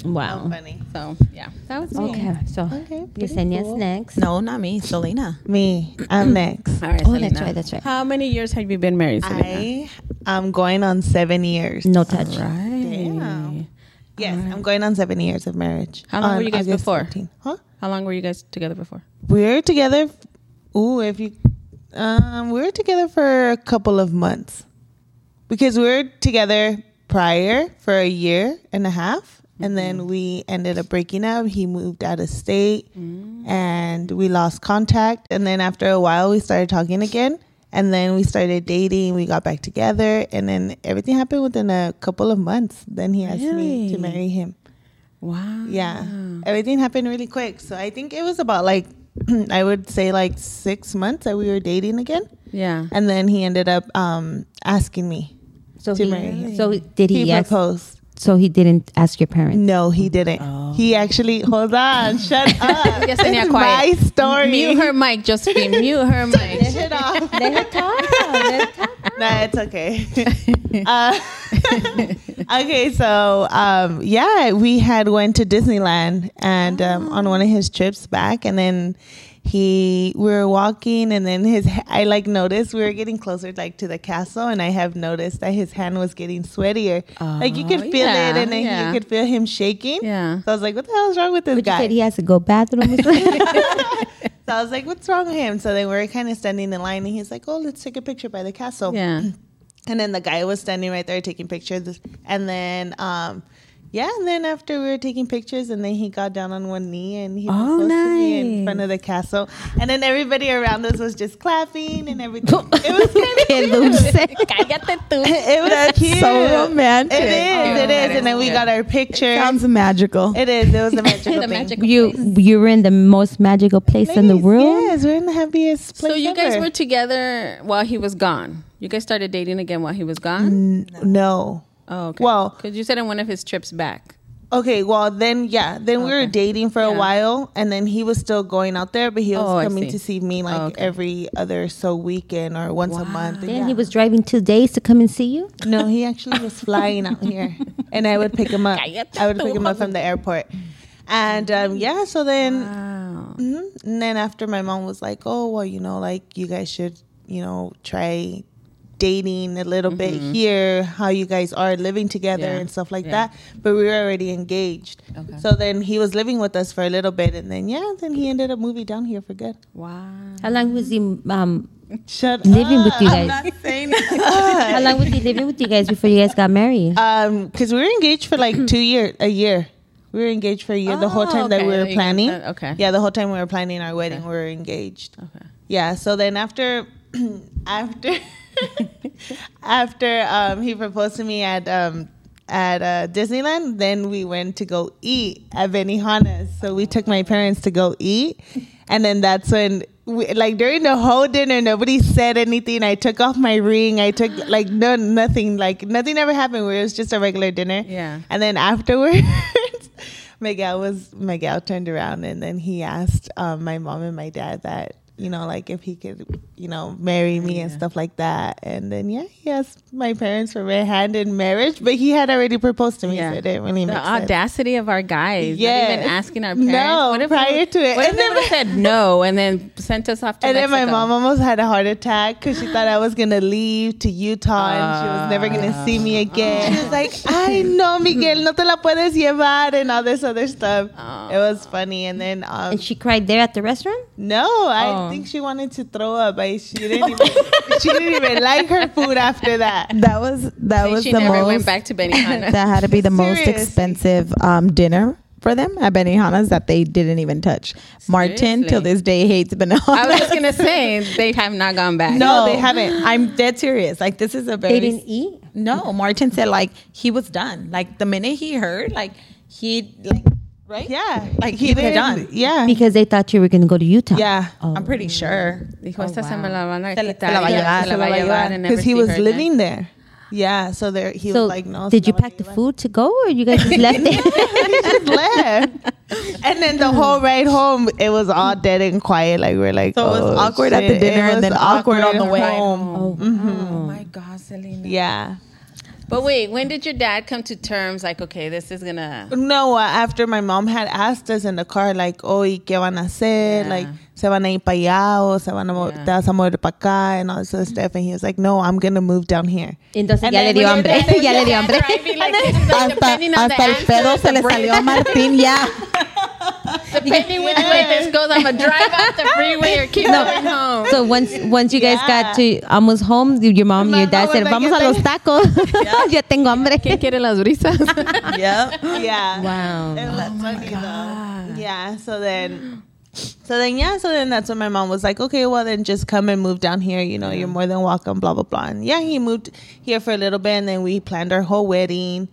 Speaker 2: Wow.
Speaker 4: Funny.
Speaker 1: so yeah, that was me.
Speaker 2: Okay, so Oh, okay, Yesenia's next.
Speaker 3: No, not me, Selena.
Speaker 4: Me, I'm next.
Speaker 1: All right,
Speaker 2: Oh, that's
Speaker 1: Selena.
Speaker 2: right. That's right.
Speaker 1: How many years have you been married, Selena?
Speaker 4: I am going on seven years.
Speaker 2: No touch.
Speaker 1: Right.
Speaker 4: Damn. Yes, I'm going on seven years of marriage.
Speaker 1: How long
Speaker 4: On
Speaker 1: were you guys
Speaker 4: August
Speaker 1: before?
Speaker 4: 13th. Huh?
Speaker 1: How long were you guys together before?
Speaker 4: We were together. Ooh, if you, um, we were together for a couple of months because we were together prior for a year and a half, and then we ended up breaking up. He moved out of state, and we lost contact. And then after a while, we started talking again. And then we started dating. We got back together, and then everything happened within a couple of months. Then he asked me to
Speaker 1: Really?
Speaker 4: marry him.
Speaker 1: Wow.
Speaker 4: Yeah.
Speaker 1: Mm.
Speaker 4: Everything happened really quick. So I think it was about like, I would say like six months that we were dating again.
Speaker 1: Yeah.
Speaker 4: And then he ended up um, asking me.
Speaker 2: So
Speaker 4: To
Speaker 2: he,
Speaker 4: marry him.
Speaker 2: so did he?
Speaker 4: He
Speaker 2: ask,
Speaker 4: proposed.
Speaker 2: so he didn't ask your parents.
Speaker 4: No, he didn't. He
Speaker 1: Oh.
Speaker 4: actually, hold on, shut up.
Speaker 1: Yes, and
Speaker 4: This
Speaker 1: yeah,
Speaker 4: is
Speaker 1: quiet.
Speaker 4: my story.
Speaker 1: Mute her mic, Josephine. Mute her mic.
Speaker 4: Shut off.
Speaker 2: Let her talk.
Speaker 4: nah, it's okay. uh, okay, so um, yeah, we had went to Disneyland and
Speaker 1: Oh.
Speaker 4: um, on one of his trips back, and then he we were walking, and then his I like noticed we were getting closer like to the castle, and I have noticed that his hand was getting sweatier. like you could
Speaker 1: Oh,
Speaker 4: feel
Speaker 1: yeah,
Speaker 4: it, and then
Speaker 1: yeah.
Speaker 4: you could feel him shaking.
Speaker 1: Yeah.
Speaker 4: So I was like, what the hell is wrong with this
Speaker 2: She
Speaker 4: guy?
Speaker 2: said he has to go bathroom.
Speaker 4: So I was like, what's wrong with him? So then we were kind of standing in line, and he's like, oh, let's take a picture by the castle.
Speaker 1: Yeah.
Speaker 4: And then the guy was standing right there taking pictures. And then um, Yeah, and then after we were taking pictures, and then he got down on one knee and he proposed to me in front of the castle, and then everybody around us was just clapping and everything. it was kind of cute. It was cute.
Speaker 6: So romantic.
Speaker 4: It is. it is. And then we got our picture.
Speaker 6: Sounds magical.
Speaker 4: It is. It was a magical thing.
Speaker 2: You you were in the most magical place in the
Speaker 4: Ladies,
Speaker 2: world.
Speaker 4: Yes, we're in the happiest place.
Speaker 1: So you guys
Speaker 4: ever.
Speaker 1: were together while he was gone. You guys started dating again while he was gone.
Speaker 4: N- no.
Speaker 1: Oh, okay.
Speaker 4: Well-
Speaker 1: because you said on one of his trips back.
Speaker 4: Okay, well then, yeah, then we were dating for a
Speaker 1: Yeah.
Speaker 4: while, and then he was still going out there, but he was
Speaker 1: Oh, I
Speaker 4: coming
Speaker 1: see.
Speaker 4: to see me like
Speaker 1: okay.
Speaker 4: every other so weekend or once a month.
Speaker 2: Then
Speaker 4: Yeah.
Speaker 2: he was driving two days to come and see you.
Speaker 4: no, he actually was flying out here, and I would pick him up. I would pick him up from the airport, and um, yeah, so then,
Speaker 1: Oh,
Speaker 4: Mhm. and then after my mom was like, "Oh, well, you know, like you guys should, you know, try." dating a little bit here how you guys are living together
Speaker 1: Mm-hmm. Yeah.
Speaker 4: and stuff like
Speaker 1: Yeah.
Speaker 4: that but we were already engaged so then he was living with us for a little bit and then yeah then he ended up moving down here for good
Speaker 1: Wow.
Speaker 2: How long was he um,
Speaker 4: shut
Speaker 2: living with you
Speaker 4: up.
Speaker 2: guys? How long was he living with you guys before you guys got married?
Speaker 4: Um, because we were engaged for like two year, a year. We were engaged for a year the whole
Speaker 1: Oh,
Speaker 4: time that
Speaker 1: okay.
Speaker 4: we were
Speaker 1: You got
Speaker 4: planning.
Speaker 1: that- okay.
Speaker 4: Yeah, the whole time we were planning our wedding, we were engaged.
Speaker 1: Okay.
Speaker 4: Yeah. So then after, after, after um, he proposed to me at um, at uh, Disneyland, then we went to go eat at Benihana's. So we took my parents to go eat, and then that's when. We, like during the whole dinner, nobody said anything. I took off my ring. I took like no nothing. Like nothing ever happened. It was just a regular dinner.
Speaker 1: Yeah.
Speaker 4: And then afterwards, Miguel was Miguel turned around and then he asked um, my mom and my dad that you know like if he could you know marry me and stuff like that. And then yeah, he asked my parents for my hand in marriage, but he had already proposed to me,
Speaker 1: Yeah.
Speaker 4: so it didn't really
Speaker 1: The
Speaker 4: make sense.
Speaker 1: audacity of our guys. Yeah.
Speaker 4: Yes.
Speaker 1: Even asking our parents.
Speaker 4: No,
Speaker 1: What if
Speaker 4: prior
Speaker 1: we-
Speaker 4: to it.
Speaker 1: What if
Speaker 4: And
Speaker 1: they
Speaker 4: then-
Speaker 1: would have said no and then sent us off to
Speaker 4: And then my
Speaker 1: Mexico?
Speaker 4: mom almost had a heart attack because she thought I was gonna leave to Utah and she was never gonna see me again. She was like, "I know, Miguel, no te la puedes llevar," and all this other stuff. It was funny. And then um,
Speaker 2: And she cried there at the restaurant.
Speaker 4: No, I
Speaker 1: Oh.
Speaker 4: think she wanted to throw up. I she didn't even she didn't even like her food after that.
Speaker 6: That was that
Speaker 1: See,
Speaker 6: was
Speaker 1: she
Speaker 6: the
Speaker 1: never
Speaker 6: most.
Speaker 1: went back to Benihana.
Speaker 6: that had to be the most
Speaker 4: Seriously.
Speaker 6: expensive um, dinner for them at Benihana's that they didn't even touch. Martin till
Speaker 1: Seriously.
Speaker 6: this day hates Benihana.
Speaker 1: I was just gonna say they have not gone back.
Speaker 6: No, they haven't. I'm dead serious. Like this is a very
Speaker 2: They didn't eat.
Speaker 3: No, Martin said like he was done. Like the minute he heard, like he like right?
Speaker 4: Yeah,
Speaker 3: Like he was
Speaker 4: didn't-
Speaker 3: done.
Speaker 4: Yeah,
Speaker 2: Because they thought you were going to go to Utah.
Speaker 4: yeah,
Speaker 3: I'm pretty sure.
Speaker 1: Dijo, "Esta se me la van a
Speaker 3: Se la-
Speaker 1: quitar.
Speaker 3: Oh, se la va a
Speaker 1: Yeah,
Speaker 3: llevar,
Speaker 1: se
Speaker 3: la
Speaker 1: la va a llevar," and never
Speaker 4: because he
Speaker 1: see
Speaker 4: was
Speaker 1: her again.
Speaker 4: living there. Yeah, so there he
Speaker 2: So
Speaker 4: was like, "No."
Speaker 2: did
Speaker 4: se
Speaker 2: you
Speaker 4: la va a
Speaker 2: pack the
Speaker 4: llevar.
Speaker 2: food to go, or you guys just left it?
Speaker 4: He just left, and then the whole ride home, it was all dead and quiet. Like we're like,
Speaker 6: So it was
Speaker 4: "Oh,
Speaker 6: awkward at the
Speaker 4: shit."
Speaker 6: dinner
Speaker 4: It
Speaker 6: and
Speaker 4: was
Speaker 6: then awkward on the
Speaker 4: at
Speaker 6: way.
Speaker 2: oh,
Speaker 4: home.
Speaker 1: Oh my God, Selena.
Speaker 4: Yeah.
Speaker 1: But wait, when did your dad come to terms? Like, okay, this is gonna.
Speaker 4: No, uh, after my mom had asked us in the car, like, oh, ¿y qué van a hacer?
Speaker 1: Yeah.
Speaker 4: Like, se van a ir para allá o se van a mo-
Speaker 1: Yeah.
Speaker 4: te vas a mover para acá and all this other stuff. And he was like, no, I'm going to move down here.
Speaker 2: entonces
Speaker 4: And
Speaker 2: ya
Speaker 4: then
Speaker 2: le dio
Speaker 4: when
Speaker 2: hambre.
Speaker 4: your dad-
Speaker 2: ya le dio hambre.
Speaker 1: Driving, like, this is like,
Speaker 6: hasta,
Speaker 1: depending on the
Speaker 6: hasta el pedo
Speaker 1: answers,
Speaker 6: se le
Speaker 1: the
Speaker 6: salió a Martín ya.
Speaker 1: Depending which way this goes, I'm gonna drive off the freeway or keep going home.
Speaker 2: So once once you guys got
Speaker 4: Yeah.
Speaker 2: to almost home, your mom, your
Speaker 4: Mama
Speaker 2: dad said,
Speaker 4: was like,
Speaker 2: "Vamos
Speaker 4: "Ya
Speaker 2: a los tacos." ya tengo hambre.
Speaker 5: Quiere las brisas.
Speaker 6: yeah.
Speaker 4: Yeah.
Speaker 2: Wow.
Speaker 4: It was funny though. Yeah. So then, so then, yeah. So then that's when my mom was like, okay, well, then just come and move down here. You know, you're more than welcome, blah, blah, blah. And yeah, he moved here for a little bit and then we planned our whole wedding.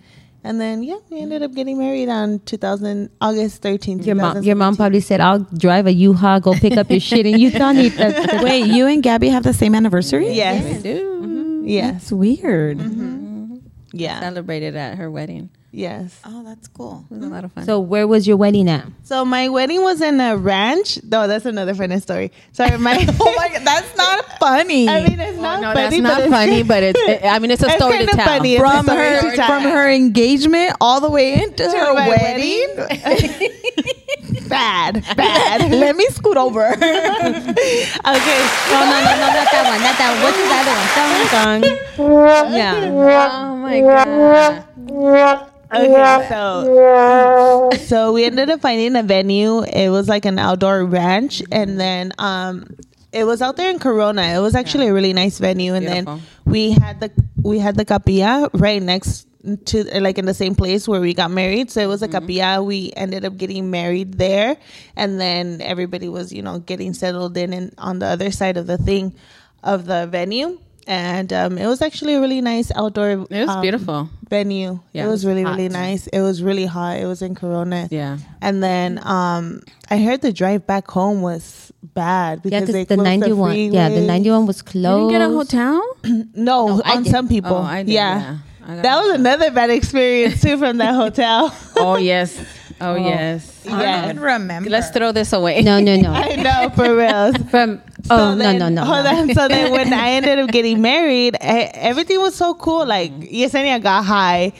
Speaker 4: And then, yeah, we ended up getting married on 2000, August 13th.
Speaker 2: Your mom, your mom probably said, "I'll drive a U-Haul, go pick up your shit in Utah." and eat the-
Speaker 6: Wait, you and Gabby have the same anniversary?
Speaker 4: Yes. Mm-hmm. Yes.
Speaker 6: That's weird.
Speaker 4: Yeah.
Speaker 1: Celebrated at her wedding.
Speaker 4: Yes.
Speaker 3: Oh, that's cool.
Speaker 1: It was a lot of fun.
Speaker 2: so where was your wedding at?
Speaker 4: So my wedding was in a ranch. No, that's another funny story. Sorry, my.
Speaker 6: oh my god, that's not funny.
Speaker 4: I mean, it's
Speaker 1: Oh,
Speaker 4: not
Speaker 5: no, that's
Speaker 4: funny.
Speaker 5: not
Speaker 4: but
Speaker 5: funny, but it's. It, I mean, it's a
Speaker 4: It's
Speaker 5: story to
Speaker 4: kinda
Speaker 5: tell.
Speaker 4: funny. It's
Speaker 6: from
Speaker 4: a story
Speaker 6: her
Speaker 4: to tell.
Speaker 6: from her engagement all the way into
Speaker 4: To
Speaker 6: her
Speaker 4: my
Speaker 6: wedding.
Speaker 4: it's bad, bad.
Speaker 6: Let me scoot over.
Speaker 4: okay.
Speaker 2: Oh, No, no, no, no, not that one. Not that one. What's the other one? Yeah.
Speaker 1: oh my God.
Speaker 4: Okay, so so we ended up finding a venue. It was like an outdoor ranch, and then um, it was out there in Corona. It was actually a really nice venue, and
Speaker 1: Beautiful.
Speaker 4: then we had the we had the capilla right next to like in the same place where we got married. So it was a
Speaker 1: Mm-hmm.
Speaker 4: capilla. We ended up getting married there, and then everybody was you know getting settled in and on the other side of the thing, of the venue. And um, it was actually a really nice outdoor.
Speaker 1: It was
Speaker 4: um,
Speaker 1: beautiful.
Speaker 4: venue.
Speaker 1: Yeah,
Speaker 4: it
Speaker 1: it
Speaker 4: was
Speaker 1: was
Speaker 4: really
Speaker 1: hot.
Speaker 4: really nice. It was really hot. It was in Corona.
Speaker 1: Yeah.
Speaker 4: And then um, I heard the drive back home was bad
Speaker 2: Yeah,
Speaker 4: because they
Speaker 2: because the
Speaker 4: closed
Speaker 2: ninety one. yeah, the
Speaker 4: freeway.
Speaker 2: ninety one was closed.
Speaker 1: You didn't get a hotel?
Speaker 4: No,
Speaker 2: I
Speaker 4: on
Speaker 2: did.
Speaker 4: some people.
Speaker 1: Oh, I did,
Speaker 4: yeah.
Speaker 1: yeah. I got
Speaker 4: that was another bad experience too from that hotel.
Speaker 1: Oh yes. Oh, yes.
Speaker 3: I
Speaker 4: yeah.
Speaker 3: don't even remember.
Speaker 1: Let's throw this away.
Speaker 2: No, no, no.
Speaker 4: I know for real.
Speaker 2: From oh
Speaker 4: So
Speaker 2: no,
Speaker 4: then-
Speaker 2: no, no,
Speaker 4: Hold
Speaker 2: no.
Speaker 4: on. So then when I ended up getting married, I, everything was so cool. Like Yesenia got high.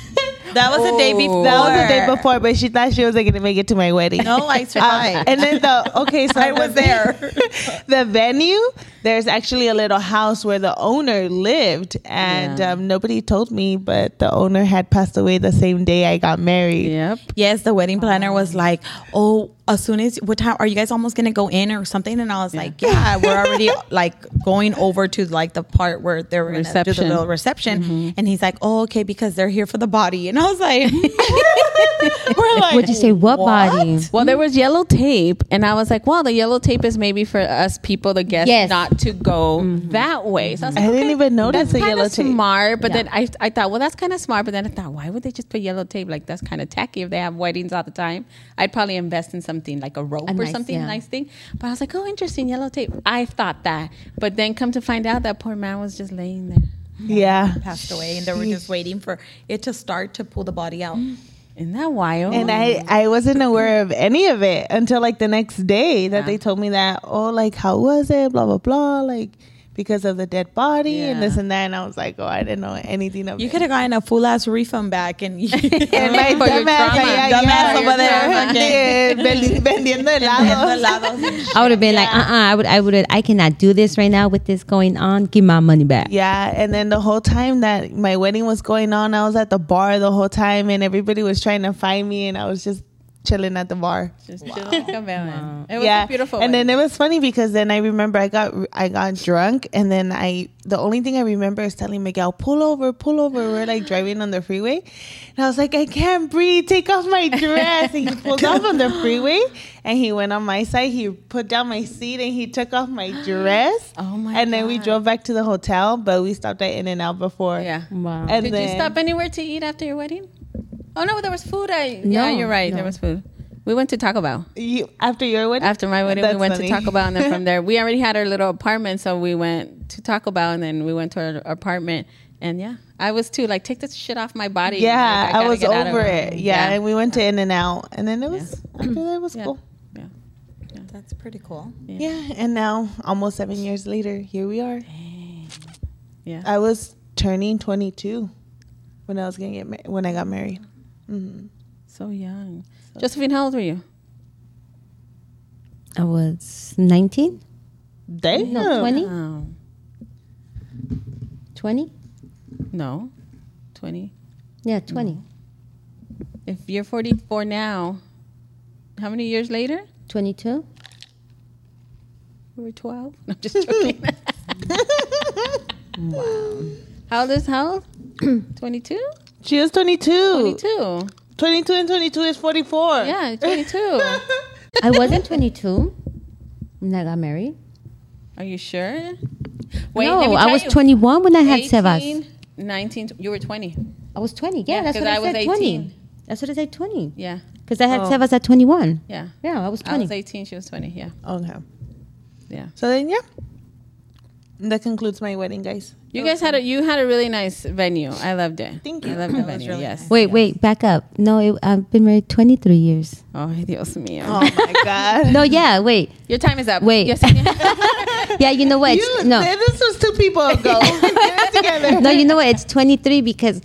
Speaker 3: that was the day before.
Speaker 4: That was the day before, but she thought she wasn't gonna make it to my wedding.
Speaker 3: No, I
Speaker 4: Um,
Speaker 3: survived.
Speaker 4: and then the okay, so
Speaker 3: I
Speaker 4: the-
Speaker 3: was there.
Speaker 4: the venue. There's actually a little house where the owner lived, and
Speaker 1: Yeah.
Speaker 4: um, nobody told me, but the owner had passed away the same day I got married.
Speaker 1: Yep.
Speaker 3: Yes, the wedding planner was like, "Oh, as soon as what time are you guys almost gonna go in or something?" And I was like, "Yeah, we're already like going over to like the part where they're gonna do the
Speaker 1: Reception.
Speaker 3: little reception." And he's like, "Oh, okay, because they're here for the body." And I was like, "We're like,
Speaker 2: Would you say what, body?
Speaker 1: Well, there was yellow tape, and I was like, "Wow, the yellow tape is maybe for us people, the guests,
Speaker 2: Yes. Mm-hmm.
Speaker 1: not to go that way." So I was like,
Speaker 4: I didn't
Speaker 1: okay,
Speaker 4: even notice
Speaker 1: that's
Speaker 4: the
Speaker 1: kinda
Speaker 4: yellow tape.
Speaker 1: Smart, but
Speaker 2: Yeah.
Speaker 1: then I, I thought, well, that's kind of smart. But then I thought, why would they just put yellow tape? Like that's kind of tacky. If they have weddings all the time, I'd probably invest in something like a rope
Speaker 2: A
Speaker 1: or
Speaker 2: nice-
Speaker 1: something
Speaker 2: yeah.
Speaker 1: nice thing. But I was like, oh, interesting, yellow tape. I thought that, but then come to find out, that poor man was just laying there
Speaker 4: Yeah.
Speaker 3: passed away," and they were just waiting for it to start to pull the body out.
Speaker 1: in that wild.
Speaker 4: And I, I wasn't aware of any of it until like the next day that they told me that, oh, like, how was it? Blah, blah, blah. Like, because of the dead body and
Speaker 1: Yeah.
Speaker 4: this and that. And I was like, oh, I didn't know anything of
Speaker 3: You
Speaker 4: it.
Speaker 3: could have gotten a full ass refund back, and
Speaker 4: and my
Speaker 1: For your
Speaker 4: dumbass, yeah,
Speaker 1: trauma.
Speaker 4: yeah,
Speaker 3: Dumbass
Speaker 4: yeah,
Speaker 3: over there.
Speaker 4: fucking vendi- Vendiendo helados.
Speaker 2: I would have been like, uh, uh I would, I would, I cannot do this right now with this going on. Give my money back.
Speaker 4: Yeah, and then the whole time that my wedding was going on, I was at the bar the whole time, and everybody was trying to find me, and I was just chilling at the bar.
Speaker 1: just chilling like a melon. It was
Speaker 4: yeah,
Speaker 1: a beautiful.
Speaker 4: And
Speaker 1: wedding.
Speaker 4: then it was funny because then I remember I got I got drunk, and then I the only thing I remember is telling Miguel, "Pull over, pull over." We're like driving on the freeway, and I was like, "I can't breathe. Take off my dress." And he pulled off on the freeway, and he went on my side. He put down my seat, and he took off my dress.
Speaker 1: Oh my
Speaker 4: And then we drove back to the hotel, but we stopped at In and Out before.
Speaker 1: yeah.
Speaker 2: Wow.
Speaker 4: And
Speaker 1: Did
Speaker 4: then,
Speaker 1: you stop anywhere to eat after your wedding? Oh no, there was food. I
Speaker 2: No,
Speaker 1: yeah, you're right.
Speaker 2: no.
Speaker 1: There was food. We went to Taco Bell
Speaker 4: you- after your wedding?
Speaker 1: after my wedding.
Speaker 4: That's
Speaker 1: we went
Speaker 4: funny.
Speaker 1: to Taco Bell, and then from there, we already had our little apartment, so we went to Taco Bell, and then we went to our apartment. And yeah, I was too like, take this shit off my body.
Speaker 4: Yeah,
Speaker 1: Like,
Speaker 4: I,
Speaker 1: gotta
Speaker 4: was
Speaker 1: get out of
Speaker 4: over it. Yeah, and we went to In and Out, and then it
Speaker 1: Yeah.
Speaker 4: was after that it was
Speaker 1: Yeah.
Speaker 4: cool.
Speaker 1: Yeah.
Speaker 3: That's pretty cool.
Speaker 4: Yeah. and now almost seven years later, here we are.
Speaker 1: Yeah.
Speaker 4: I was turning twenty two when I was gonna get mar- when I got married. Mhm.
Speaker 1: So young. Josephine, how old were you?
Speaker 2: I was 19,
Speaker 4: Damn,
Speaker 2: no, 20,
Speaker 1: Oh,
Speaker 2: 20.
Speaker 1: no, twenty.
Speaker 2: Yeah, 20.
Speaker 1: If you're 44 now, how many years later?
Speaker 2: 22.
Speaker 1: We were 12. I'm just joking. wow. How old is how old? 22?
Speaker 4: she was 22.
Speaker 1: 22.
Speaker 4: 22 and twenty two is forty four.
Speaker 1: Yeah, 22.
Speaker 2: I wasn't 22 when I got married.
Speaker 1: Are you sure? let
Speaker 2: no,
Speaker 1: me
Speaker 2: I
Speaker 1: tell
Speaker 2: was
Speaker 1: you.
Speaker 2: 21 when I had Sebas.
Speaker 1: 18, 19, you were 20.
Speaker 2: I was 20. Yeah,
Speaker 1: Yeah,
Speaker 2: that's
Speaker 1: 'cause
Speaker 2: what I,
Speaker 1: I was
Speaker 2: said. 20.
Speaker 1: 18.
Speaker 2: That's what I said. 20.
Speaker 1: Yeah,
Speaker 2: Because I had
Speaker 4: Oh.
Speaker 2: Sebas at 21.
Speaker 1: yeah.
Speaker 2: Yeah, I was
Speaker 1: I
Speaker 2: 20.
Speaker 1: was 18, she was 20. Yeah,
Speaker 4: Okay.
Speaker 1: yeah.
Speaker 4: So then, yeah, that concludes my wedding, guys.
Speaker 1: You guys had a you had a really nice venue. I loved it.
Speaker 4: Thank
Speaker 1: I
Speaker 4: you.
Speaker 1: loved the venue. yes.
Speaker 2: wait, wait, back up. No, it, I've been married 23 years.
Speaker 1: Oh, Dios mío.
Speaker 4: Oh my god.
Speaker 2: No, yeah, wait.
Speaker 1: Your time is up.
Speaker 2: Wait.
Speaker 1: Yes. Sonia?
Speaker 2: Yeah, you know what?
Speaker 4: You,
Speaker 2: It's- no.
Speaker 4: This was two people ago. Get it together.
Speaker 2: no, you know what? It's 23 because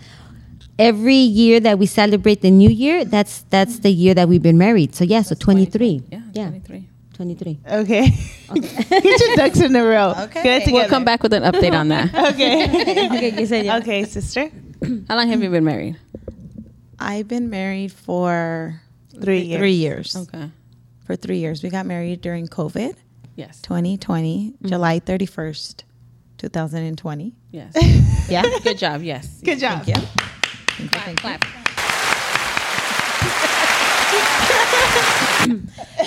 Speaker 2: every year that we celebrate the new year, that's that's the year that we've been married. So yeah, so 23.
Speaker 1: yeah,
Speaker 2: yeah,
Speaker 1: 23.
Speaker 2: 23.
Speaker 4: Okay. Get your ducks in a row.
Speaker 3: Okay.
Speaker 4: Get it together.
Speaker 1: We'll come back with an update on that.
Speaker 4: Okay.
Speaker 2: Okay, you said yeah.
Speaker 4: okay, sister.
Speaker 1: How long have you been married?
Speaker 3: I've been married for
Speaker 4: Three years.
Speaker 3: three years.
Speaker 1: Okay.
Speaker 3: For three years, we got married during COVID,
Speaker 1: Yes.
Speaker 3: 2020,
Speaker 1: Mm-hmm.
Speaker 3: July 31st, 2020.
Speaker 1: Yes.
Speaker 2: Yeah.
Speaker 1: Good job. Yes.
Speaker 4: Good job.
Speaker 3: Yeah.
Speaker 1: Clap, clap.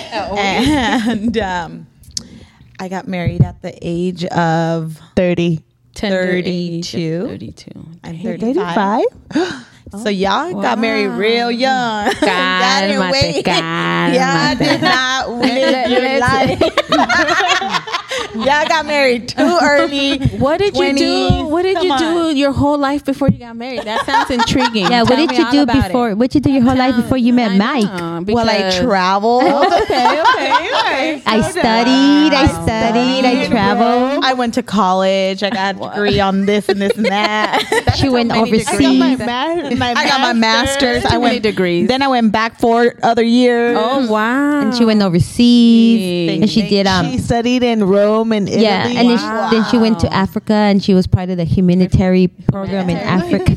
Speaker 3: and um, I got married at the age of
Speaker 4: 30.
Speaker 1: Tender age of
Speaker 3: 32.
Speaker 1: 32.
Speaker 3: I'm
Speaker 1: Dang.
Speaker 3: 35. So y'all got married real young. Y'all didn't
Speaker 1: Cálmate,
Speaker 3: wait. Y'all
Speaker 1: cálmate.
Speaker 3: did not wait. your life. Y'all got married too early.
Speaker 1: What did you do?
Speaker 3: 20s.
Speaker 1: What did you
Speaker 3: Come
Speaker 1: do your whole life before you got married? That sounds intriguing.
Speaker 2: Yeah, what
Speaker 1: Tell
Speaker 2: did
Speaker 1: me
Speaker 2: you
Speaker 1: all
Speaker 2: do
Speaker 1: about it.
Speaker 2: before? What did you do your whole life before you met
Speaker 1: I
Speaker 2: Mike?
Speaker 1: know,
Speaker 3: Well, I
Speaker 1: because-
Speaker 3: traveled.
Speaker 2: I studied, I studied, I traveled.
Speaker 3: I went to college. I got a degree on this and this and that.
Speaker 2: She went
Speaker 4: I got my,
Speaker 2: overseas.
Speaker 4: ma- my
Speaker 3: I got my master's.
Speaker 1: Too
Speaker 3: I
Speaker 1: many
Speaker 3: went
Speaker 1: degrees.
Speaker 3: Then I went back for other years.
Speaker 1: Oh wow!
Speaker 2: And she went overseas. And she did um
Speaker 4: She studied in Rome and Italy.
Speaker 2: yeah, and then she, then she went to Africa and she was part of the humanitarian program in Africa.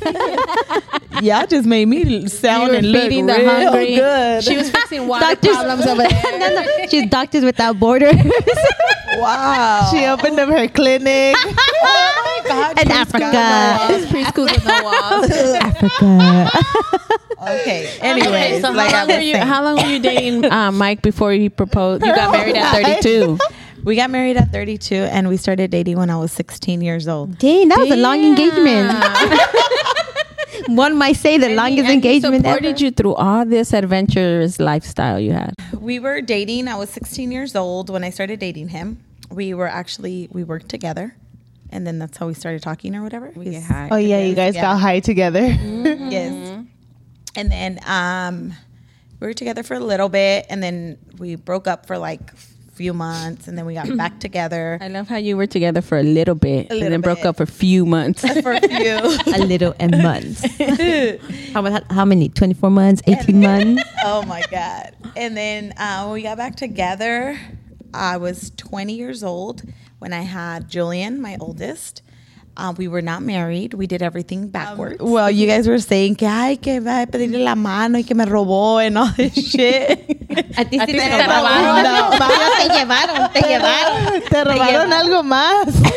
Speaker 3: Y'all just made me sound and look real
Speaker 1: feeding the hungry.
Speaker 3: good.
Speaker 1: She was fixing water problems over there.
Speaker 2: no, no, she's Doctors Without Borders.
Speaker 3: wow.
Speaker 4: She opened up her clinic.
Speaker 3: oh my God.
Speaker 2: in
Speaker 3: she's got
Speaker 2: Africa.
Speaker 1: Those preschools in the walls.
Speaker 2: Africa.
Speaker 3: no- Okay. Anyways,
Speaker 1: so
Speaker 3: like
Speaker 1: how,
Speaker 3: I
Speaker 1: long were
Speaker 3: was
Speaker 1: you,
Speaker 3: saying,
Speaker 1: how long were you dating uh, Mike before you proposed? You got married at 32.
Speaker 3: we got married at 32 and we started dating when I was 16 years old.
Speaker 2: Dang, that was a long engagement.
Speaker 1: Yeah.
Speaker 2: One might say the
Speaker 1: And he-
Speaker 2: longest
Speaker 1: and he
Speaker 2: engagement
Speaker 1: supported
Speaker 2: ever.
Speaker 1: you through all this adventurous lifestyle you had.
Speaker 3: We were dating. I was 16 years old when I started dating him. We were actually, we worked together. And then that's how we started talking or whatever. We get high.
Speaker 4: Oh, yeah, Mm-hmm. you guys got high together.
Speaker 3: Yes. And then um, we were together for a little bit, and then we broke up for like a few months, and then we got back together
Speaker 1: I love how you were together for a little bit
Speaker 3: little
Speaker 1: and then broke
Speaker 3: bit.
Speaker 1: up for a few months.
Speaker 3: for a few.
Speaker 2: a little and months. how, mu- how many? 24 months, 18 months?
Speaker 3: oh my god! And then uh, when we got back together, I was 20 years old when I had Julian, my oldest. Uh, we were not married. We did everything backwards. Um, well, you guys were saying que ay que va a pedirle la mano y que me robó and all this shit.
Speaker 2: A ti sí
Speaker 1: te
Speaker 2: te
Speaker 1: robaron.
Speaker 2: robaron. Te llevaron, te llevaron.
Speaker 4: Te robaron algo más.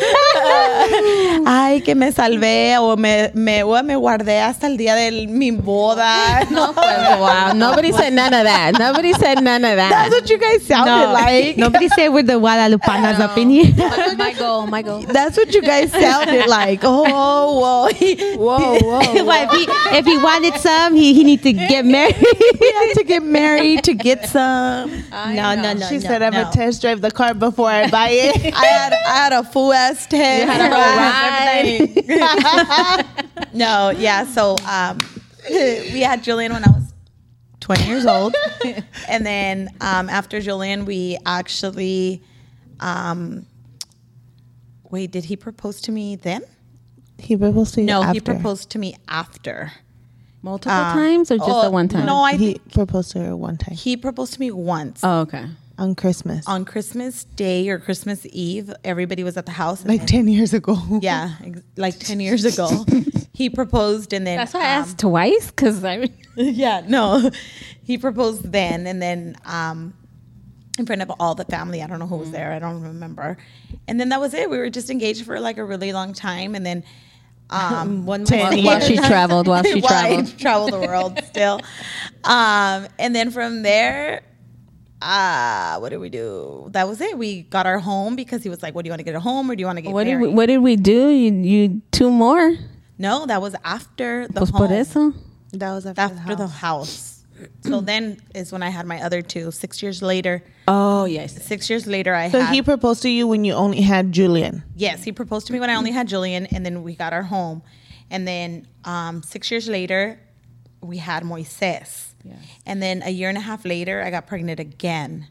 Speaker 3: Ay, que me salvé o me, me, o me guardé hasta el día de mi boda.
Speaker 1: no, pues, wow. Nobody said none of that. Nobody said none of that.
Speaker 3: That's what you guys sounded like.
Speaker 2: Nobody said we're the Guadalupanas up in here.
Speaker 1: my goal, my goal.
Speaker 3: That's what you guys sounded like. Oh, whoa. He,
Speaker 1: Whoa, whoa.
Speaker 2: Why, if, he, if he wanted some, he, he need to get married.
Speaker 3: he had to get married to get some.
Speaker 2: no, no, no.
Speaker 4: she
Speaker 2: no,
Speaker 4: said, I'm
Speaker 2: no.
Speaker 4: going to test drive the car before I buy it.
Speaker 3: I had I had a full ass head.
Speaker 1: had a
Speaker 3: no, yeah. So um, we had Julian when I was 20 years old, and then um, after Julian, we actually, um, wait, did he propose to me then?
Speaker 4: he proposed to you
Speaker 3: No, he
Speaker 4: after.
Speaker 3: proposed to me after.
Speaker 1: Multiple times or just
Speaker 3: Oh,
Speaker 1: the one time?
Speaker 3: No, I
Speaker 4: He
Speaker 3: think
Speaker 4: proposed to her one time
Speaker 3: he proposed to me once
Speaker 1: Oh, okay.
Speaker 4: on Christmas,
Speaker 3: on Christmas Day or Christmas Eve. Everybody was at the house. and
Speaker 4: like 10 years ago.
Speaker 3: Yeah, ex- like 10 years ago. he proposed and then.
Speaker 1: That's why I
Speaker 3: um,
Speaker 1: asked twice because I mean,
Speaker 3: Yeah, no. He proposed then and then um, in front of all the family. I don't know who
Speaker 1: Mm.
Speaker 3: was there. I don't remember. And then that was it. We were just engaged for like a really long time. And then um, one
Speaker 1: while, while she traveled, while she traveled.
Speaker 3: traveled the world still. Um, and then from there, uh, what did we do? That was it. We got our home because he was like, "What do you want to get a home, or do you want to get
Speaker 1: What did
Speaker 3: married?"
Speaker 1: we, what did we do? You you two more?
Speaker 3: No, that was after the
Speaker 1: Pues
Speaker 3: home.
Speaker 1: por eso.
Speaker 4: That was after,
Speaker 3: After
Speaker 4: the
Speaker 3: the
Speaker 4: house.
Speaker 3: house. so then is when I had my other two. Six years later.
Speaker 1: Oh yes.
Speaker 3: Six years later, I
Speaker 4: So
Speaker 3: had.
Speaker 4: he proposed to you when you only had Julian.
Speaker 3: yes, he proposed to me when I only had Julian, and then we got our home. And then um, six years later, we had Moises. And then a year and a half later, I got pregnant again.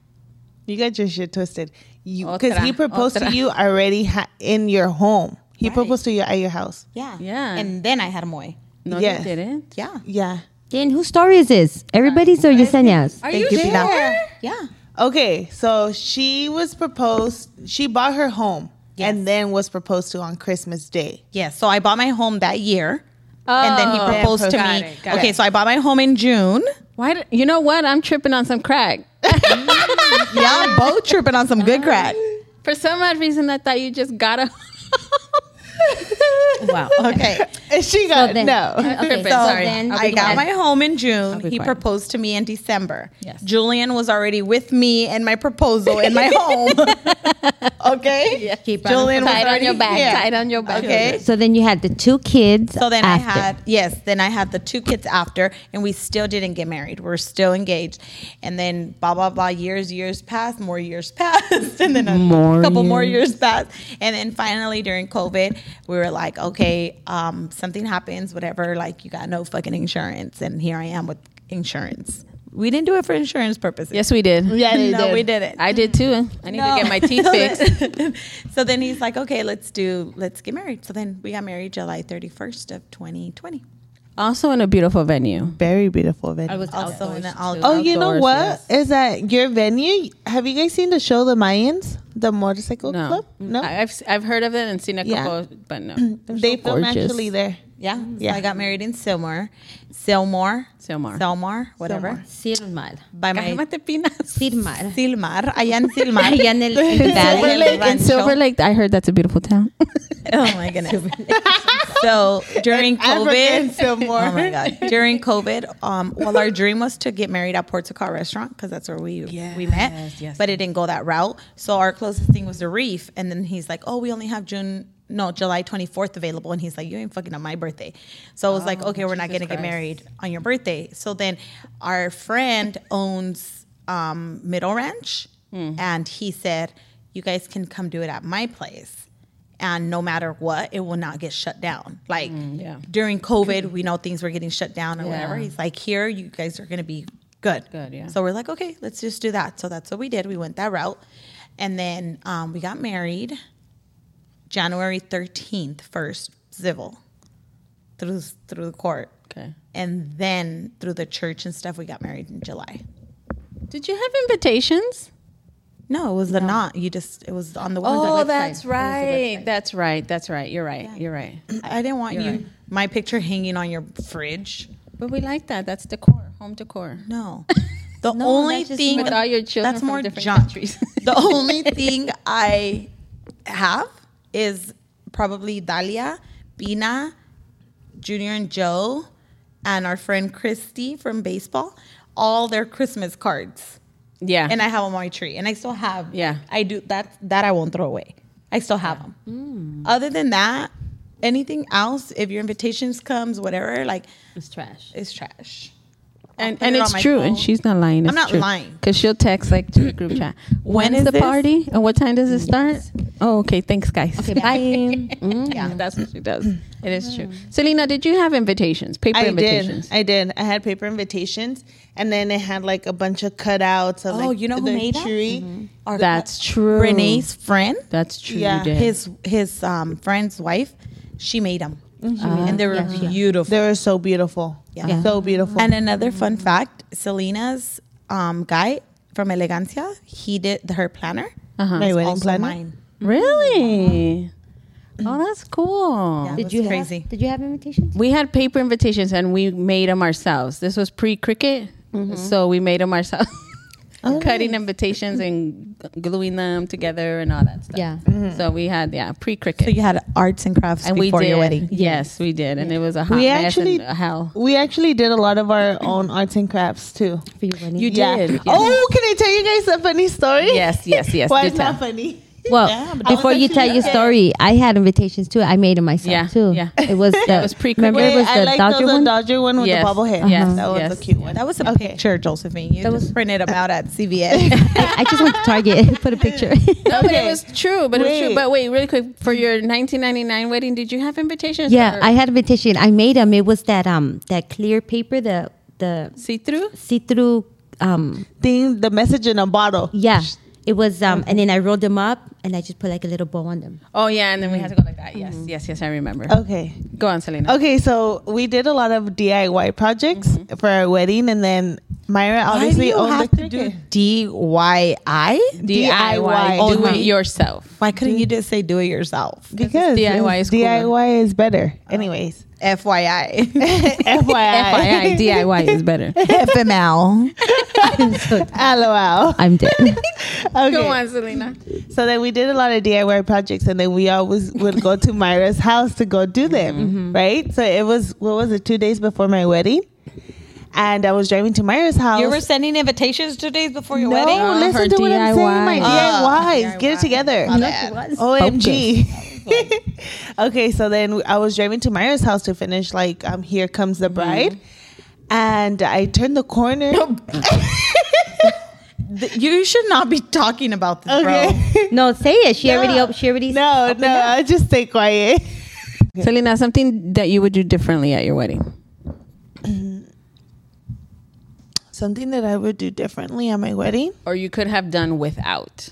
Speaker 4: You got your shit twisted. You because he
Speaker 1: Otra,
Speaker 4: proposed
Speaker 1: otra.
Speaker 4: to you already ha- in your home. He proposed to you at your house.
Speaker 3: Yeah.
Speaker 1: Yeah.
Speaker 3: And then I had Moy.
Speaker 1: No,
Speaker 4: Yes.
Speaker 1: you didn't.
Speaker 3: Yeah.
Speaker 4: Yeah.
Speaker 2: Then whose story is this? Everybody's or Yesenia's?
Speaker 1: Are
Speaker 3: Thank
Speaker 1: you
Speaker 3: Pina.
Speaker 1: sure?
Speaker 3: Yeah.
Speaker 4: Okay, so she was proposed. She bought her home and then was proposed to on Christmas Day.
Speaker 3: Yeah. So I bought my home that year. and then he
Speaker 1: Oh.
Speaker 3: proposed to
Speaker 4: Got
Speaker 3: me.
Speaker 4: it, got
Speaker 3: okay,
Speaker 4: it.
Speaker 3: so I bought my home in June.
Speaker 1: Why? d you know what? I'm tripping on some crack.
Speaker 3: yeah, I'm both tripping on some good crack.
Speaker 1: For some odd reason, I thought you just got a.
Speaker 2: Wow.
Speaker 3: Okay.
Speaker 4: And she got no.
Speaker 2: Okay, so
Speaker 3: So
Speaker 2: then
Speaker 3: I got my home in June.
Speaker 1: be
Speaker 3: He
Speaker 1: quiet.
Speaker 3: proposed to me in December.
Speaker 1: Yes.
Speaker 3: Julian was already with me and my proposal in my home. okay.
Speaker 2: Keep on-
Speaker 3: Julian was
Speaker 2: Tie it on
Speaker 3: already-
Speaker 2: your back.
Speaker 3: yeah.
Speaker 2: Tie it
Speaker 1: on your back.
Speaker 3: Okay.
Speaker 2: So then you had the two kids.
Speaker 3: So then
Speaker 2: after.
Speaker 3: I had yes, then I had the two kids after, and we still didn't get married. We're still engaged, and then blah blah blah. Years, years passed, more years passed, and then a
Speaker 1: More
Speaker 3: couple more
Speaker 1: years.
Speaker 3: years passed, and then finally during COVID, we were like, okay, um, something happens, whatever. Like you got no fucking insurance, and here I am with insurance. We didn't do it for insurance purposes.
Speaker 1: Yes, we did.
Speaker 3: Yeah, they No, did. we didn't.
Speaker 1: I did too. I need to get my teeth fixed.
Speaker 3: fixed. so then he's like, okay, let's do, let's get married. So then we got married July 31st of 2020.
Speaker 1: Also in a beautiful venue.
Speaker 4: Very beautiful venue.
Speaker 2: was
Speaker 3: Also in the outdoors.
Speaker 4: oh, you know
Speaker 1: outdoors,
Speaker 4: what is that your venue? Have you guys seen the show The Mayans, the motorcycle
Speaker 1: No,
Speaker 4: club? No,
Speaker 1: I- I've I've heard of it and seen a
Speaker 4: Yeah.
Speaker 1: couple, but no.
Speaker 4: they film
Speaker 1: gorgeous.
Speaker 4: actually there.
Speaker 3: Yeah.
Speaker 4: Yeah.
Speaker 3: So I got married in Silmar. Silmar.
Speaker 1: Silmar.
Speaker 3: Silmar, whatever.
Speaker 2: Sirmar.
Speaker 3: By my
Speaker 2: Sirmar.
Speaker 3: Silmar. I am Silmar.
Speaker 2: Allá en el- en el
Speaker 1: Silver
Speaker 2: valley.
Speaker 1: Lake and
Speaker 3: Rancho.
Speaker 1: Silver Lake. I heard that's a beautiful town.
Speaker 3: Oh my goodness. so during
Speaker 4: African
Speaker 3: COVID,
Speaker 4: Silmar.
Speaker 3: oh my god, during COVID, um, well, our dream was to get married at Portugal Restaurant because that's where we we met, but it didn't go that route. So our closest thing was the Reef, and then he's like, "Oh, we only have June." No, July 24th available. And he's like, You ain't fucking on my birthday. So I was
Speaker 4: Oh,
Speaker 3: like, Okay, we're not going to get married on your birthday. So then our friend owns um, Middle Ranch.
Speaker 1: Mm-hmm.
Speaker 3: And he said, You guys can come do it at my place and no matter what, it will not get shut down. Like
Speaker 1: Mm, yeah.
Speaker 3: during COVID, we know things were getting shut down or whatever.
Speaker 1: Yeah.
Speaker 3: He's like, here, you guys are going to be good.
Speaker 1: Good, yeah.
Speaker 3: So we're like, okay, let's just do that. So that's what we did. We went that route, and then um, we got married January thirteenth, first civil through through the court,
Speaker 1: Okay.
Speaker 3: and then through the church and stuff. We got married in July.
Speaker 1: Did you have invitations?
Speaker 3: No, it was the not. You just it was on the
Speaker 1: Oh,
Speaker 3: website.
Speaker 1: that's right. That's right. That's right. You're right. You're right.
Speaker 3: I didn't want you my picture hanging on your fridge.
Speaker 1: But we like that. That's decor, home decor.
Speaker 3: No. The only
Speaker 2: that's just
Speaker 3: thing
Speaker 1: With all your children
Speaker 3: that's
Speaker 1: from
Speaker 3: more
Speaker 1: different
Speaker 3: junk.
Speaker 1: countries.
Speaker 3: the only thing I have is probably Dalia, Bina, Junior and Joe, and our friend Christy from baseball, all their Christmas cards.
Speaker 1: Yeah.
Speaker 3: And I have them on my tree. And I still have
Speaker 1: Yeah.
Speaker 3: I do that that I won't throw away. I still have
Speaker 1: Hmm.
Speaker 3: them. Other than that, anything else, if your invitations comes, whatever, like
Speaker 2: It's trash.
Speaker 3: it's trash. I'll
Speaker 1: and,
Speaker 3: put
Speaker 1: and
Speaker 3: it on
Speaker 1: it's
Speaker 3: my
Speaker 1: true, and
Speaker 3: phone.
Speaker 1: she's not lying.
Speaker 3: I'm
Speaker 1: It's
Speaker 3: not lying. Mm-hmm.
Speaker 1: because she'll text like to the group chat.
Speaker 3: When
Speaker 1: When's
Speaker 3: is
Speaker 1: the
Speaker 3: this?
Speaker 1: party and what time does it start? Oh, okay. Thanks, guys.
Speaker 2: Okay, bye.
Speaker 1: Yeah, that's what she does. It is true.
Speaker 3: Mm-hmm.
Speaker 1: Selena, did you have invitations? Paper
Speaker 4: I
Speaker 1: invitations?
Speaker 4: did. I did. I had paper invitations, and then it had like a bunch of cutouts of
Speaker 3: Oh,
Speaker 4: like
Speaker 3: you know who
Speaker 4: the
Speaker 3: made that? Mm-hmm.
Speaker 4: tree.
Speaker 1: That's true.
Speaker 3: Renee's friend.
Speaker 1: That's true.
Speaker 4: Yeah,
Speaker 1: you did.
Speaker 3: His his um, friend's wife, she made them, and they were beautiful.
Speaker 4: They were so beautiful.
Speaker 3: Yeah.
Speaker 2: Yeah.
Speaker 4: so beautiful.
Speaker 3: And another fun fact: Selena's um, guy from Elegancia, he did her planner.
Speaker 1: Uh-huh.
Speaker 4: my wedding
Speaker 3: Also
Speaker 4: planner.
Speaker 3: mine.
Speaker 1: Really?
Speaker 3: Mm-hmm.
Speaker 1: Oh, that's cool.
Speaker 3: Yeah, it was
Speaker 2: Did you have-
Speaker 3: crazy?
Speaker 2: did you have invitations?
Speaker 1: We had paper invitations and we made them ourselves. This was pre cricket, so we made them ourselves. Cutting invitations and g- gluing them together and all that stuff.
Speaker 2: Yeah.
Speaker 1: So we had yeah pre cricket
Speaker 3: So you had arts and crafts
Speaker 1: and we
Speaker 3: before
Speaker 1: did
Speaker 3: your wedding.
Speaker 1: yes we did and it was a hot
Speaker 4: We
Speaker 1: mess
Speaker 4: actually-
Speaker 1: and a hell
Speaker 4: we actually did a lot of our own arts and crafts too.
Speaker 2: For your wedding?
Speaker 1: you did yes.
Speaker 4: Oh, can I tell you guys a funny story?
Speaker 1: yes yes yes
Speaker 4: Why
Speaker 1: do
Speaker 4: is that
Speaker 1: tell.
Speaker 4: funny?
Speaker 2: well,
Speaker 4: Yeah, but
Speaker 2: before
Speaker 4: I was
Speaker 2: you tell
Speaker 4: actually
Speaker 2: your
Speaker 4: there.
Speaker 2: story, I had invitations too. I made them myself
Speaker 1: Yeah,
Speaker 2: too.
Speaker 1: yeah.
Speaker 2: It was the
Speaker 1: was pre-COVID.
Speaker 2: remember
Speaker 4: Wait,
Speaker 2: it was
Speaker 4: I
Speaker 2: the
Speaker 4: like
Speaker 2: Dodger
Speaker 4: those, the
Speaker 2: one.
Speaker 4: Dodger one with
Speaker 1: Yes.
Speaker 4: the bobblehead.
Speaker 1: Uh-huh. Yes,
Speaker 4: That was
Speaker 1: yes.
Speaker 4: a cute one.
Speaker 3: That was a
Speaker 4: Okay.
Speaker 3: picture, Josephine. You just printed them out at CVS.
Speaker 2: I, I just went to Target put a picture.
Speaker 1: No, but it was true. But it was true.
Speaker 4: Wait.
Speaker 1: But wait, really quick for your 1999 wedding, did you have invitations?
Speaker 2: yeah, I had invitation. I made them. It was that um that clear paper the the
Speaker 1: see through.
Speaker 2: see through um
Speaker 4: Thing, the message in a bottle.
Speaker 2: yeah. It was um and then I rolled them up and I just put like a little bow on them.
Speaker 1: Oh yeah, and then we had to go like that. Yes, yes, yes. I remember.
Speaker 4: Okay.
Speaker 1: Go on, Selena.
Speaker 4: Oh. Okay, so we did a lot of DIY projects for our wedding, and then Myra
Speaker 3: Why do
Speaker 4: obviously
Speaker 3: you
Speaker 4: owned
Speaker 3: have
Speaker 4: the
Speaker 3: to do
Speaker 4: cricket.
Speaker 3: DIY?
Speaker 4: DIY.
Speaker 3: Uh-huh.
Speaker 1: Do it yourself.
Speaker 3: Oh, Why couldn't you just say do it yourself?
Speaker 4: because
Speaker 1: DIY is cooler.
Speaker 4: DIY is better. Anyways,
Speaker 3: FYI,
Speaker 4: FYI,
Speaker 1: FYI, DIY is better.
Speaker 3: FML.
Speaker 4: LOL.
Speaker 2: I'm dead.
Speaker 4: Okay.
Speaker 1: Go on, Selena.
Speaker 4: So then we did a lot of DIY projects, and then we always would go to Myra's house to go do them,
Speaker 6: Mm-hmm.
Speaker 4: right? So it was what was it? Two days before my wedding, and I was driving to Myra's house.
Speaker 6: You were sending invitations two days before your
Speaker 4: no,
Speaker 6: wedding.
Speaker 2: Uh-huh.
Speaker 6: Oh.
Speaker 4: listen
Speaker 1: her
Speaker 4: to what I'm saying. My
Speaker 6: DIY.
Speaker 4: DIYs, get it together. OMG. okay, so then I was driving to Myra's house to finish like um, "Here Comes
Speaker 6: Mm-hmm.
Speaker 4: the Bride," and I turned the corner.
Speaker 6: Th- You should not be talking about this, bro.
Speaker 2: No, say it. She already. Op- she already.
Speaker 4: No, no, I just stay quiet.
Speaker 1: Selena, something that you would do differently at your wedding.
Speaker 4: Something that I would do differently at my wedding.
Speaker 1: Or you could have done without.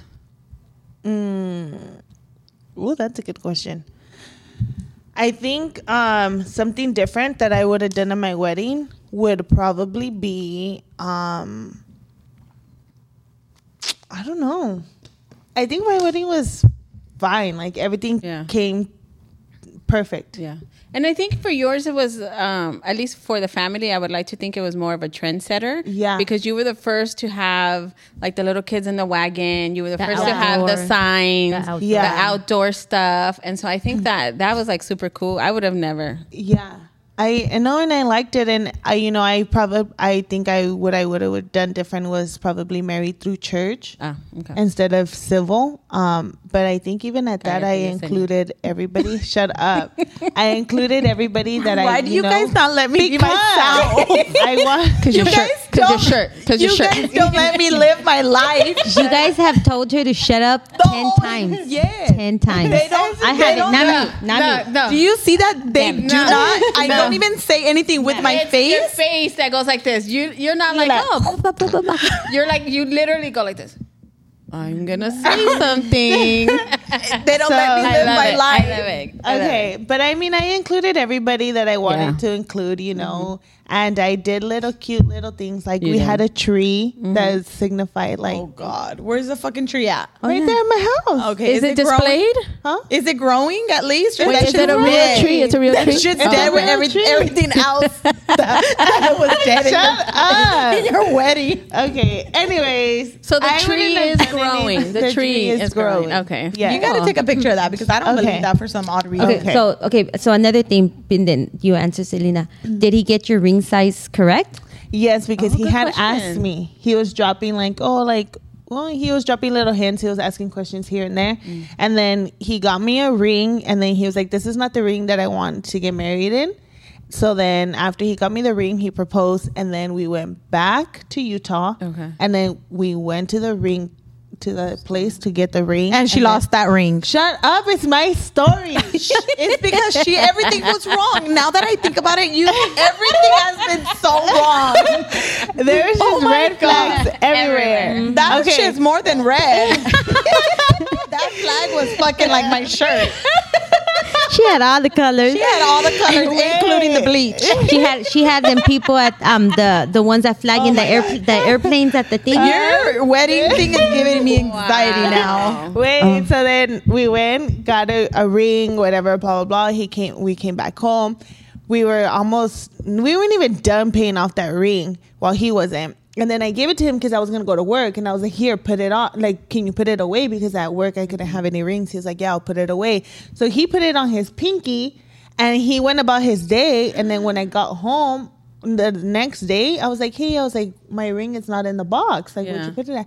Speaker 4: Well, that's a good question. I think um, something different that I would have done at my wedding would probably be um, I don't know. I think my wedding was fine. Like everything
Speaker 1: Yeah.
Speaker 4: came perfect.
Speaker 1: Yeah. And I think for yours, it was, um, at least for the family, I would like to think it was more of a trendsetter.
Speaker 4: Yeah.
Speaker 1: Because you were the first to have, like, the little kids in the wagon. You were the, first to have the
Speaker 2: outdoor-
Speaker 1: signs,
Speaker 2: the outdoor.
Speaker 4: Yeah.
Speaker 1: the outdoor stuff. And so I think that that was, like, super cool. I would have never.
Speaker 4: Yeah. I I know and I liked it and I you know I probably I think I what I would have done different was probably married through church.
Speaker 1: Ah, okay.
Speaker 4: instead of civil. Um, but I think even at that, I
Speaker 1: Cállate, Yesenia.
Speaker 4: included everybody. shut up! I included everybody that I.
Speaker 6: Why do you guys not let me be
Speaker 4: because
Speaker 6: myself?
Speaker 4: I want.
Speaker 1: Because your
Speaker 6: guys
Speaker 1: shirt. Because
Speaker 6: don't-
Speaker 1: your shirt. Because your
Speaker 6: You
Speaker 1: shirt.
Speaker 6: guys don't let me live my life.
Speaker 2: You guys have told her to shut up ten
Speaker 6: whole-
Speaker 2: times.
Speaker 6: yeah.
Speaker 2: ten times.
Speaker 6: They don't-
Speaker 2: I
Speaker 6: they
Speaker 2: have it.
Speaker 6: don't-
Speaker 2: Not me. Not me.
Speaker 6: Do you see that they do
Speaker 1: No.
Speaker 6: not? I don't even say anything with my
Speaker 1: It's
Speaker 6: face.
Speaker 1: your face that goes like this. You you're not like, oh,
Speaker 2: Ba, ba, ba, ba.
Speaker 1: you're like you literally go like this. I'm gonna say
Speaker 6: They
Speaker 1: something.
Speaker 6: don't
Speaker 4: So-
Speaker 6: let me
Speaker 4: I
Speaker 6: live
Speaker 1: love
Speaker 6: my
Speaker 1: it. I
Speaker 6: life.
Speaker 1: love it. I love
Speaker 4: Okay, but I mean, I included everybody that I wanted
Speaker 1: Yeah.
Speaker 4: to include, you know,
Speaker 6: Mm-hmm.
Speaker 4: and I did little cute little things like
Speaker 1: You
Speaker 4: we
Speaker 1: did.
Speaker 4: had a tree that signified like
Speaker 6: Mm-hmm. Oh God, where's the fucking tree at?
Speaker 4: right there in my house.
Speaker 6: Okay,
Speaker 1: Oh. Is, it
Speaker 6: growing?
Speaker 1: displayed?
Speaker 4: Huh?
Speaker 6: Is it growing at least? Or
Speaker 1: Wait,
Speaker 6: that
Speaker 1: is
Speaker 6: shit's
Speaker 1: it a real
Speaker 6: dead?
Speaker 1: tree? It's a real
Speaker 6: that
Speaker 1: tree?
Speaker 6: Shit's
Speaker 1: Oh.
Speaker 6: dead with
Speaker 4: Real
Speaker 6: every,
Speaker 4: tree.
Speaker 6: everything else that, that was dead in
Speaker 4: Shut
Speaker 6: your- in
Speaker 4: up.
Speaker 6: your, wedding.
Speaker 4: Okay. Anyways,
Speaker 1: So the
Speaker 4: I
Speaker 1: tree
Speaker 4: wouldn't
Speaker 1: is
Speaker 4: have done
Speaker 1: growing.
Speaker 4: anything.
Speaker 1: The tree is growing. Okay.
Speaker 4: Yeah.
Speaker 6: You got to take a picture of that because I don't
Speaker 4: Okay.
Speaker 6: believe that for some odd reason.
Speaker 2: Okay,
Speaker 4: Okay.
Speaker 2: So okay. So another thing, Binden, you answer Selena. Did he get your ring size correct?
Speaker 4: Yes, because he
Speaker 1: Oh, good
Speaker 4: had
Speaker 1: question.
Speaker 4: asked me. He was dropping like, oh, like, well, he was dropping little hints. He was asking questions here and there,
Speaker 1: Mm.
Speaker 4: and then he got me a ring, and then he was like, this is not the ring that I want to get married in. So then, after he got me the ring, he proposed, and then we went back to Utah.
Speaker 1: Okay.
Speaker 4: And then we went to the ring, to the place to get the ring,
Speaker 6: And she
Speaker 4: then-
Speaker 6: lost that ring.
Speaker 4: Shut up! It's my story.
Speaker 6: it's because she everything was wrong. Now that I think about it, you everything has been so wrong.
Speaker 4: There's just red flags everywhere.
Speaker 6: That shit's more than red. that flag was fucking like my shirt.
Speaker 2: She had all the colors.
Speaker 6: She had all the colors, including the bleach.
Speaker 2: she had she had them people at um the the ones that
Speaker 6: Oh
Speaker 2: flag in the air the airplanes at the thing.
Speaker 6: Your wedding thing is giving me anxiety now. Um,
Speaker 4: Wait, so then we went, got a, a ring, whatever, blah blah blah. He came we came back home. We were almost we weren't even done paying off that ring while he wasn't. And then I gave it to him because I was gonna go to work and I was like, here, put it on like can you put it away? Because at work I couldn't have any rings. He was like, Yeah, I'll put it away. So he put it on his pinky and he went about his day and then when I got home the next day, I was like, "Hey, I was like, my ring is not in the box. Like,
Speaker 1: Yeah.
Speaker 4: what you put it at?"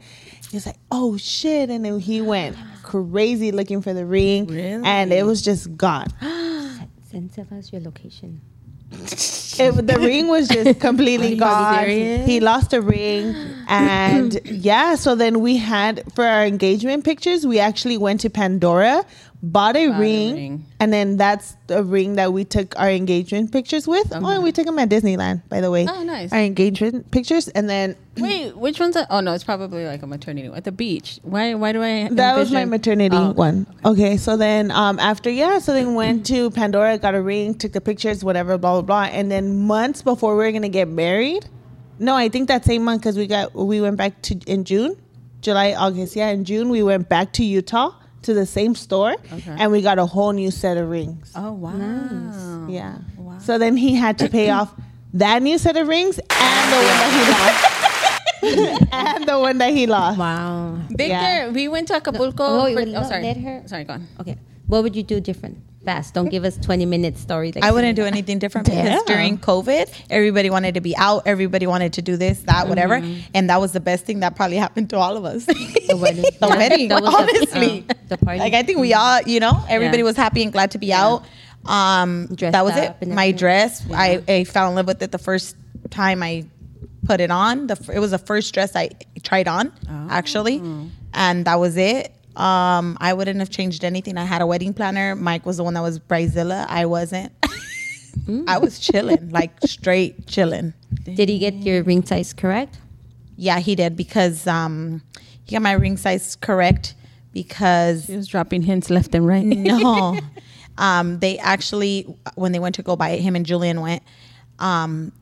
Speaker 4: He's like, "Oh shit!" And then he went crazy looking for the ring, and it was just gone.
Speaker 2: Send us your location.
Speaker 4: It, the ring was just completely gone. He lost a ring, and yeah. So then we had for our engagement pictures, we actually went to Pandora, bought a, ring,
Speaker 1: ring.
Speaker 4: and then that's the ring that we took our engagement pictures with. Oh, and we took them at Disneyland, by the way.
Speaker 1: Oh, nice.
Speaker 4: Our engagement pictures, and then
Speaker 1: Wait, which one's? A, oh no, it's probably like a maternity one at the beach. Why? Why do I?
Speaker 4: That was my
Speaker 1: envision-
Speaker 4: maternity
Speaker 1: Oh, okay.
Speaker 4: one. Okay, so then um, after yeah, so then went to Pandora, got a ring, took the pictures, whatever, blah blah blah, and then months before we were gonna get married. No, I think that same month because we got we went back to in June, July, August. Yeah, in June we went back to Utah to the same store, and we got a whole new set of rings.
Speaker 1: Oh wow. Oh,
Speaker 4: Yeah. So then he had to pay off that new set of rings and the one that he lost. and the one that he lost.
Speaker 7: Wow.
Speaker 1: Victor,
Speaker 4: Yeah.
Speaker 1: we went to Acapulco.
Speaker 2: No. Oh, you
Speaker 1: for-
Speaker 2: would not
Speaker 1: sorry.
Speaker 2: let her?
Speaker 1: Sorry, go on.
Speaker 2: Okay. What would you do different? Fast. Don't give us 20 minute story. Like
Speaker 3: I wouldn't do anything different because during COVID, everybody wanted to be out. Everybody wanted to do this, that, whatever.
Speaker 6: Mm-hmm.
Speaker 3: And that was the best thing that probably happened to all of us. The
Speaker 2: wedding.
Speaker 3: the
Speaker 2: Yeah,
Speaker 3: wedding,
Speaker 2: that was the-
Speaker 3: honestly.
Speaker 2: uh, the party.
Speaker 3: Like, I think we all, you know, everybody was happy and glad to be out. Um,
Speaker 2: Dressed
Speaker 3: that was
Speaker 2: up
Speaker 3: it.
Speaker 2: and
Speaker 3: My
Speaker 2: everything.
Speaker 3: dress, I, I fell in love with it the first time I put it on. The, fir- it was the first dress I tried on,
Speaker 2: Oh.
Speaker 3: actually. And that was it. Um, I wouldn't have changed anything. I had a wedding planner. Mike was the one that was Brazilla. I wasn't. I was chilling, like straight chilling.
Speaker 2: Did you get your ring size correct?
Speaker 3: Yeah, he did because um, he got my ring size correct because
Speaker 1: He was dropping hints left and right.
Speaker 3: no, um, they actually when they went to go buy it, him and Julian went. Um,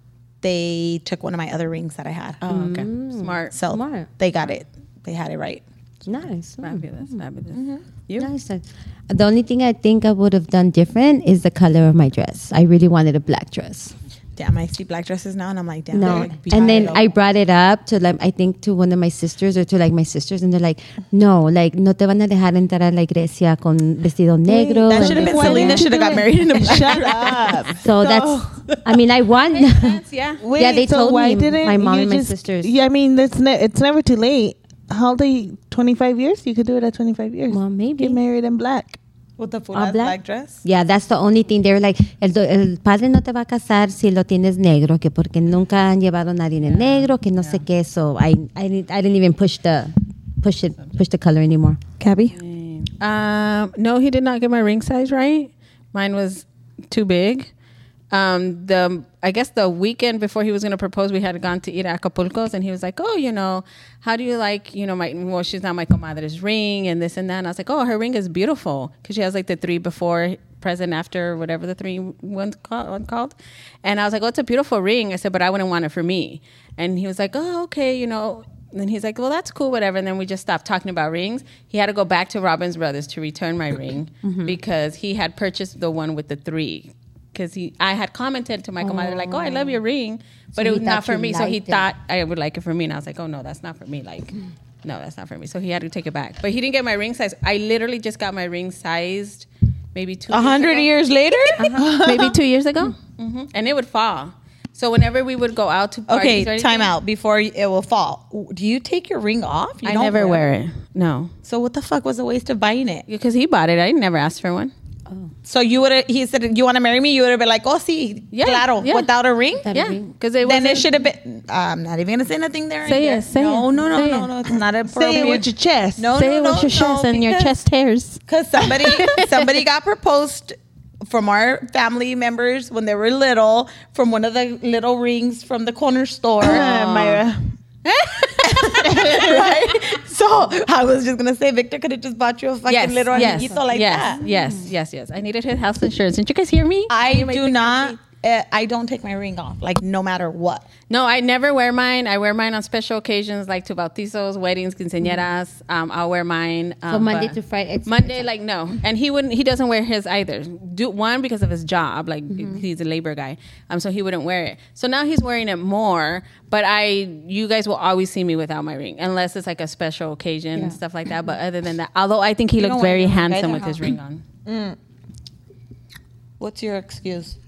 Speaker 3: they took one of my other rings that I had,
Speaker 1: Oh, okay. Smart.
Speaker 3: so
Speaker 2: Smart.
Speaker 3: they got it. They had it right.
Speaker 2: Nice. Mm,
Speaker 1: Fabulous, fabulous. You?
Speaker 2: Nice. Uh, The only thing I think I would have done different is the color of my dress. I really wanted a black dress.
Speaker 3: Damn, I see black dresses now, and I'm like, damn.
Speaker 2: No,
Speaker 3: they're, like,
Speaker 2: and then
Speaker 3: behind.
Speaker 2: I brought it up to like I think to one of my sisters or to like my sisters, and they're like, "No, like no te van a dejar entrar a la iglesia con vestido negro."
Speaker 3: that
Speaker 2: and
Speaker 3: should have
Speaker 2: this
Speaker 3: been
Speaker 2: and
Speaker 3: Selena.
Speaker 2: that."
Speaker 3: Should have got married in a black.
Speaker 4: Shut up.
Speaker 2: So that's, I mean, I won.
Speaker 1: Yeah.
Speaker 4: Wait,
Speaker 2: Yeah, they
Speaker 4: so
Speaker 2: told
Speaker 4: why
Speaker 2: me,
Speaker 4: didn't
Speaker 2: my mom
Speaker 4: you
Speaker 2: and my
Speaker 4: just-
Speaker 2: sisters.
Speaker 4: Yeah, I mean, it's ne- it's never too late. How old are you? Twenty five years? You could do it at twenty five years.
Speaker 2: well, maybe.
Speaker 4: Get married in black.
Speaker 3: with the full
Speaker 2: All black?
Speaker 3: black? dress.
Speaker 2: Yeah, that's the only thing. They were like, el, do- el padre no te va a casar si lo tienes negro, que porque nunca han llevado nadie en negro, que no sé qué. So I, I, didn't- I didn't even push the, push it, push the color anymore.
Speaker 7: Gabby?
Speaker 1: Um, no, he did not get my ring size right. Mine was too big. Um, the I guess the weekend before he was going to propose, we had gone to eat at Acapulco's, and he was like, "Oh, you know, how do you like, you know, my well, she's not my comadre's ring and this and that." And I was like, "Oh, her ring is beautiful because she has like the three before, present, after, whatever the three one's called, one called." And I was like, "Oh, it's a beautiful ring." I said, "But I wouldn't want it for me." And he was like, "Oh, okay, you know, and then he's like, well, that's cool, whatever. And then we just stopped talking about rings. He had to go back to Robbins Brothers to return my ring because he had purchased the one with the three. Because he, I had commented to my comadre like, "Oh, I love your ring," but it
Speaker 2: he
Speaker 1: was
Speaker 2: thought
Speaker 1: not for
Speaker 2: you
Speaker 1: me. So he
Speaker 2: liked it.
Speaker 1: thought I would like it for me, and I was like, "Oh no, that's not for me." Like, no, that's not for me. So he had to take it back. But he didn't get my ring size. I literally just got my ring sized, maybe two.
Speaker 3: A hundred years later.
Speaker 1: maybe two years ago, hmm and it would fall. So whenever we would go out to
Speaker 3: Okay,
Speaker 1: parties or
Speaker 3: time
Speaker 1: anything,
Speaker 3: out before it will fall. Do you take your ring off? You
Speaker 1: I
Speaker 3: don't
Speaker 1: never wear it. No.
Speaker 3: So what the fuck was the waste of buying it?
Speaker 1: because he bought it. I never asked for one.
Speaker 3: So you would have. He said, "You want to marry me?" You would have been like, "Oh, see,
Speaker 1: Yeah,
Speaker 3: claro,
Speaker 1: yeah.
Speaker 3: without a ring."
Speaker 1: Yeah, because it
Speaker 3: Then
Speaker 1: wasn't.
Speaker 3: it should have been. I'm not even gonna say nothing there.
Speaker 1: Say it,
Speaker 3: Yeah.
Speaker 1: say
Speaker 3: no,
Speaker 1: it,
Speaker 3: No, no,
Speaker 1: say
Speaker 3: no,
Speaker 1: it.
Speaker 3: no, It's not appropriate.
Speaker 4: Say it with your chest.
Speaker 3: no,
Speaker 1: Say
Speaker 3: no,
Speaker 1: it
Speaker 3: no,
Speaker 1: with your chest
Speaker 3: no,
Speaker 1: and your
Speaker 3: because-
Speaker 1: chest hairs.
Speaker 3: Cause somebody, somebody got proposed from our family members when they were little from one of the little rings from the corner store.
Speaker 4: Uh, Myra.
Speaker 3: right? So I was just gonna say, Victor could have just bought you a fucking
Speaker 1: Yes,
Speaker 3: little
Speaker 1: yes,
Speaker 3: amiguito like
Speaker 1: yes,
Speaker 3: that.
Speaker 1: yes, yes, yes. I needed his health insurance. Didn't you guys hear me?
Speaker 3: I do not. Uh, I don't take my ring off, like no matter what.
Speaker 1: No, I never wear mine. I wear mine on special occasions like to bautizos, weddings, quinceañeras. Um, I'll wear mine. Um,
Speaker 2: So Monday
Speaker 1: but-
Speaker 2: to Friday, it's-
Speaker 1: Monday, like no, and he wouldn't. He doesn't wear his either. Do one because of his job. Like he's a labor guy, um, so he wouldn't wear it. So now he's wearing it more. But I, you guys will always see me without my ring unless it's like a special occasion and stuff like that. But other than that, although I think he
Speaker 3: don't
Speaker 1: looks
Speaker 3: wear
Speaker 1: very
Speaker 3: your ring
Speaker 1: handsome
Speaker 3: either,
Speaker 1: with his
Speaker 3: huh?
Speaker 1: ring on.
Speaker 3: What's your excuse?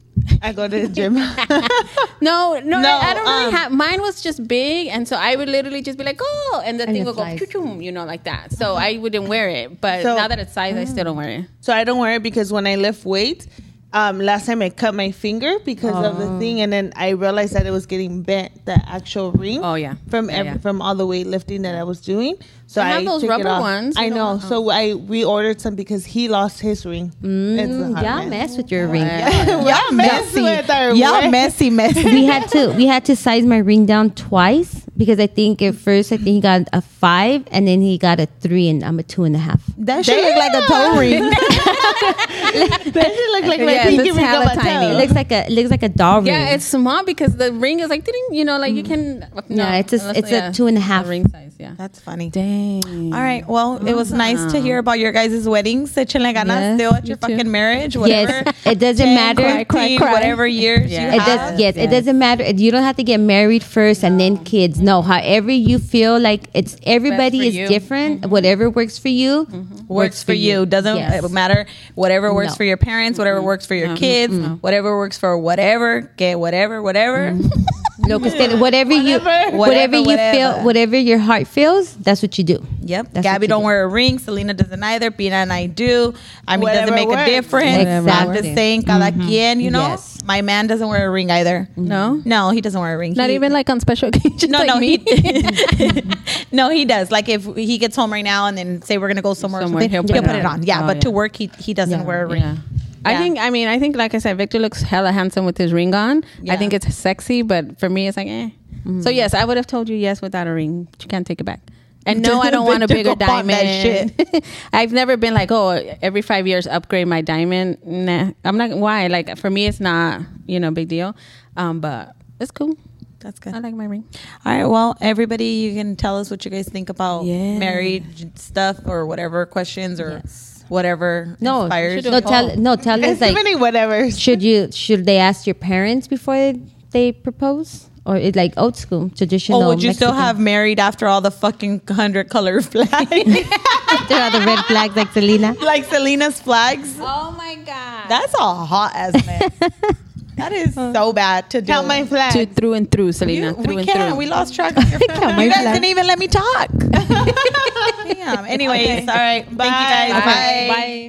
Speaker 4: I go to the gym.
Speaker 1: No, no,
Speaker 4: No,
Speaker 1: I, I don't
Speaker 4: um,
Speaker 1: really have. Mine was just big, and so I would literally just be like, "Oh," and the thing
Speaker 2: it
Speaker 1: would go,
Speaker 2: flies.
Speaker 1: "Choo-choom," you know, like that. So I wouldn't wear it, but
Speaker 4: So-
Speaker 1: now that it's size, I still don't wear it.
Speaker 4: so I don't wear it because when I lift weights, um, last time I cut my finger because of
Speaker 1: Oh.
Speaker 4: the thing, and then I realized that it was getting bent. The actual ring.
Speaker 1: Oh, yeah.
Speaker 4: From
Speaker 1: Yeah,
Speaker 4: ev-
Speaker 1: yeah.
Speaker 4: from all the weightlifting that I was doing. So
Speaker 1: They
Speaker 4: I
Speaker 1: have those
Speaker 4: took it
Speaker 1: rubber
Speaker 4: off.
Speaker 1: ones.
Speaker 4: I
Speaker 1: You oh.
Speaker 4: know. So I we ordered some because he lost his ring.
Speaker 1: Mm,
Speaker 4: It's a hot
Speaker 2: Y'all
Speaker 4: mess.
Speaker 2: Mm, mess with your ring.
Speaker 4: Y'all mess with our
Speaker 3: Yeah,
Speaker 4: way.
Speaker 3: messy, messy.
Speaker 2: we had to we had to size my ring down twice because I think at first I think he got a five and then he got a three and I'm a two and a half.
Speaker 3: That should look like a toe ring.
Speaker 4: That should look like my
Speaker 1: Yeah,
Speaker 4: pinky
Speaker 1: that's
Speaker 4: ring
Speaker 1: hella
Speaker 4: of a
Speaker 1: tiny.
Speaker 2: It
Speaker 4: toe.
Speaker 2: looks like a it looks like a doll
Speaker 1: Yeah,
Speaker 2: ring.
Speaker 1: it's small because the ring is like, ding, you know, like you can. No,
Speaker 2: Yeah, it's a-
Speaker 1: unless-
Speaker 2: it's a two and a half.
Speaker 1: ring size. Yeah.
Speaker 3: That's funny.
Speaker 1: Damn. Dang.
Speaker 3: All right. Well, it was nice to hear about your guys' weddings. Echenle ganas
Speaker 1: Yes,
Speaker 3: still at
Speaker 1: you
Speaker 3: your
Speaker 1: too.
Speaker 3: fucking marriage. Whatever.
Speaker 2: Yes, it doesn't
Speaker 3: 10,
Speaker 2: matter. Cry,
Speaker 3: 15, Whatever years
Speaker 1: Yeah.
Speaker 3: you
Speaker 2: It
Speaker 3: have.
Speaker 2: does, yes, it doesn't matter. You don't have to get married first and then kids. No, however you feel like it's everybody
Speaker 1: for
Speaker 2: is
Speaker 1: you.
Speaker 2: different.
Speaker 3: Mm-hmm.
Speaker 2: Whatever works for you works,
Speaker 3: works for you. Doesn't
Speaker 2: Yes.
Speaker 3: it matter. Whatever works
Speaker 2: No.
Speaker 3: for your parents, whatever works for your kids, whatever works for whatever, get whatever, whatever.
Speaker 2: Mm-hmm. Lo que usted- whatever you whatever,
Speaker 3: Whatever,
Speaker 2: you
Speaker 3: whatever.
Speaker 2: feel, whatever your heart feels, that's what you do.
Speaker 3: Yep.
Speaker 2: That's what
Speaker 3: Gabby
Speaker 2: you
Speaker 3: don't
Speaker 2: do.
Speaker 3: wear a ring. Selena doesn't either. Pina and I do. I mean,
Speaker 4: Whatever
Speaker 3: doesn't make
Speaker 4: works.
Speaker 3: a difference.
Speaker 2: Whatever
Speaker 3: I'm
Speaker 2: works.
Speaker 3: just saying, cada
Speaker 1: Mm-hmm.
Speaker 3: quien, you know.
Speaker 2: Yes.
Speaker 3: My man doesn't wear a ring either.
Speaker 1: No?
Speaker 3: No, he doesn't wear a ring.
Speaker 1: Mm-hmm. Not
Speaker 3: He-
Speaker 1: even like on special occasions.
Speaker 3: No,
Speaker 1: like
Speaker 3: no,
Speaker 1: me.
Speaker 3: he, no, he does. Like if he gets home right now and then say we're gonna go somewhere,
Speaker 1: Somewhere,
Speaker 3: or something,
Speaker 1: he'll
Speaker 3: he'll,
Speaker 1: put
Speaker 3: put,
Speaker 1: it
Speaker 3: it
Speaker 1: on.
Speaker 3: on. Yeah,
Speaker 1: Oh,
Speaker 3: but to
Speaker 1: yeah.
Speaker 3: work, he he doesn't wear a ring.
Speaker 1: Yeah. I
Speaker 3: Yeah.
Speaker 1: think I mean I think like I said Victor looks hella handsome with his ring on. I
Speaker 3: Yeah. Mm-hmm.
Speaker 1: think it's sexy, but for me it's like eh. So yes, I would have told you yes without a ring. But you can't take it back. And no, I don't want a
Speaker 3: Victor
Speaker 1: bigger
Speaker 3: go pop that
Speaker 1: diamond. I've never been like, oh, every five years upgrade my diamond. Nah, I'm not. Why? Like for me, it's not you know big deal. Um, but it's cool.
Speaker 3: That's good.
Speaker 1: I like my ring.
Speaker 3: All right. Well, everybody, you can tell us what you guys think about
Speaker 1: Yeah.
Speaker 3: married stuff or whatever questions or whatever
Speaker 2: No,
Speaker 3: inspires.
Speaker 2: no, tell no tell us
Speaker 4: It's
Speaker 2: like
Speaker 4: many whatever.
Speaker 2: should you should they ask your parents before they propose or it like old school traditional?
Speaker 3: Oh, would you still
Speaker 2: Mexican-
Speaker 3: have married after all the fucking hundred color flags,
Speaker 2: There are the red flags like Selena.
Speaker 3: like Selena's flags?
Speaker 1: Oh my god.
Speaker 3: That's a hot ass man. that is so bad to do.
Speaker 4: Count my flag.
Speaker 1: To through and through, Selena.
Speaker 3: You-
Speaker 1: through
Speaker 3: we
Speaker 1: and
Speaker 3: can't.
Speaker 1: through.
Speaker 3: We lost track of your phone.
Speaker 2: my
Speaker 3: You guys
Speaker 2: flag.
Speaker 3: didn't even let me talk. Damn. Anyways, all right. Bye. Thank you guys.
Speaker 1: Bye. Bye.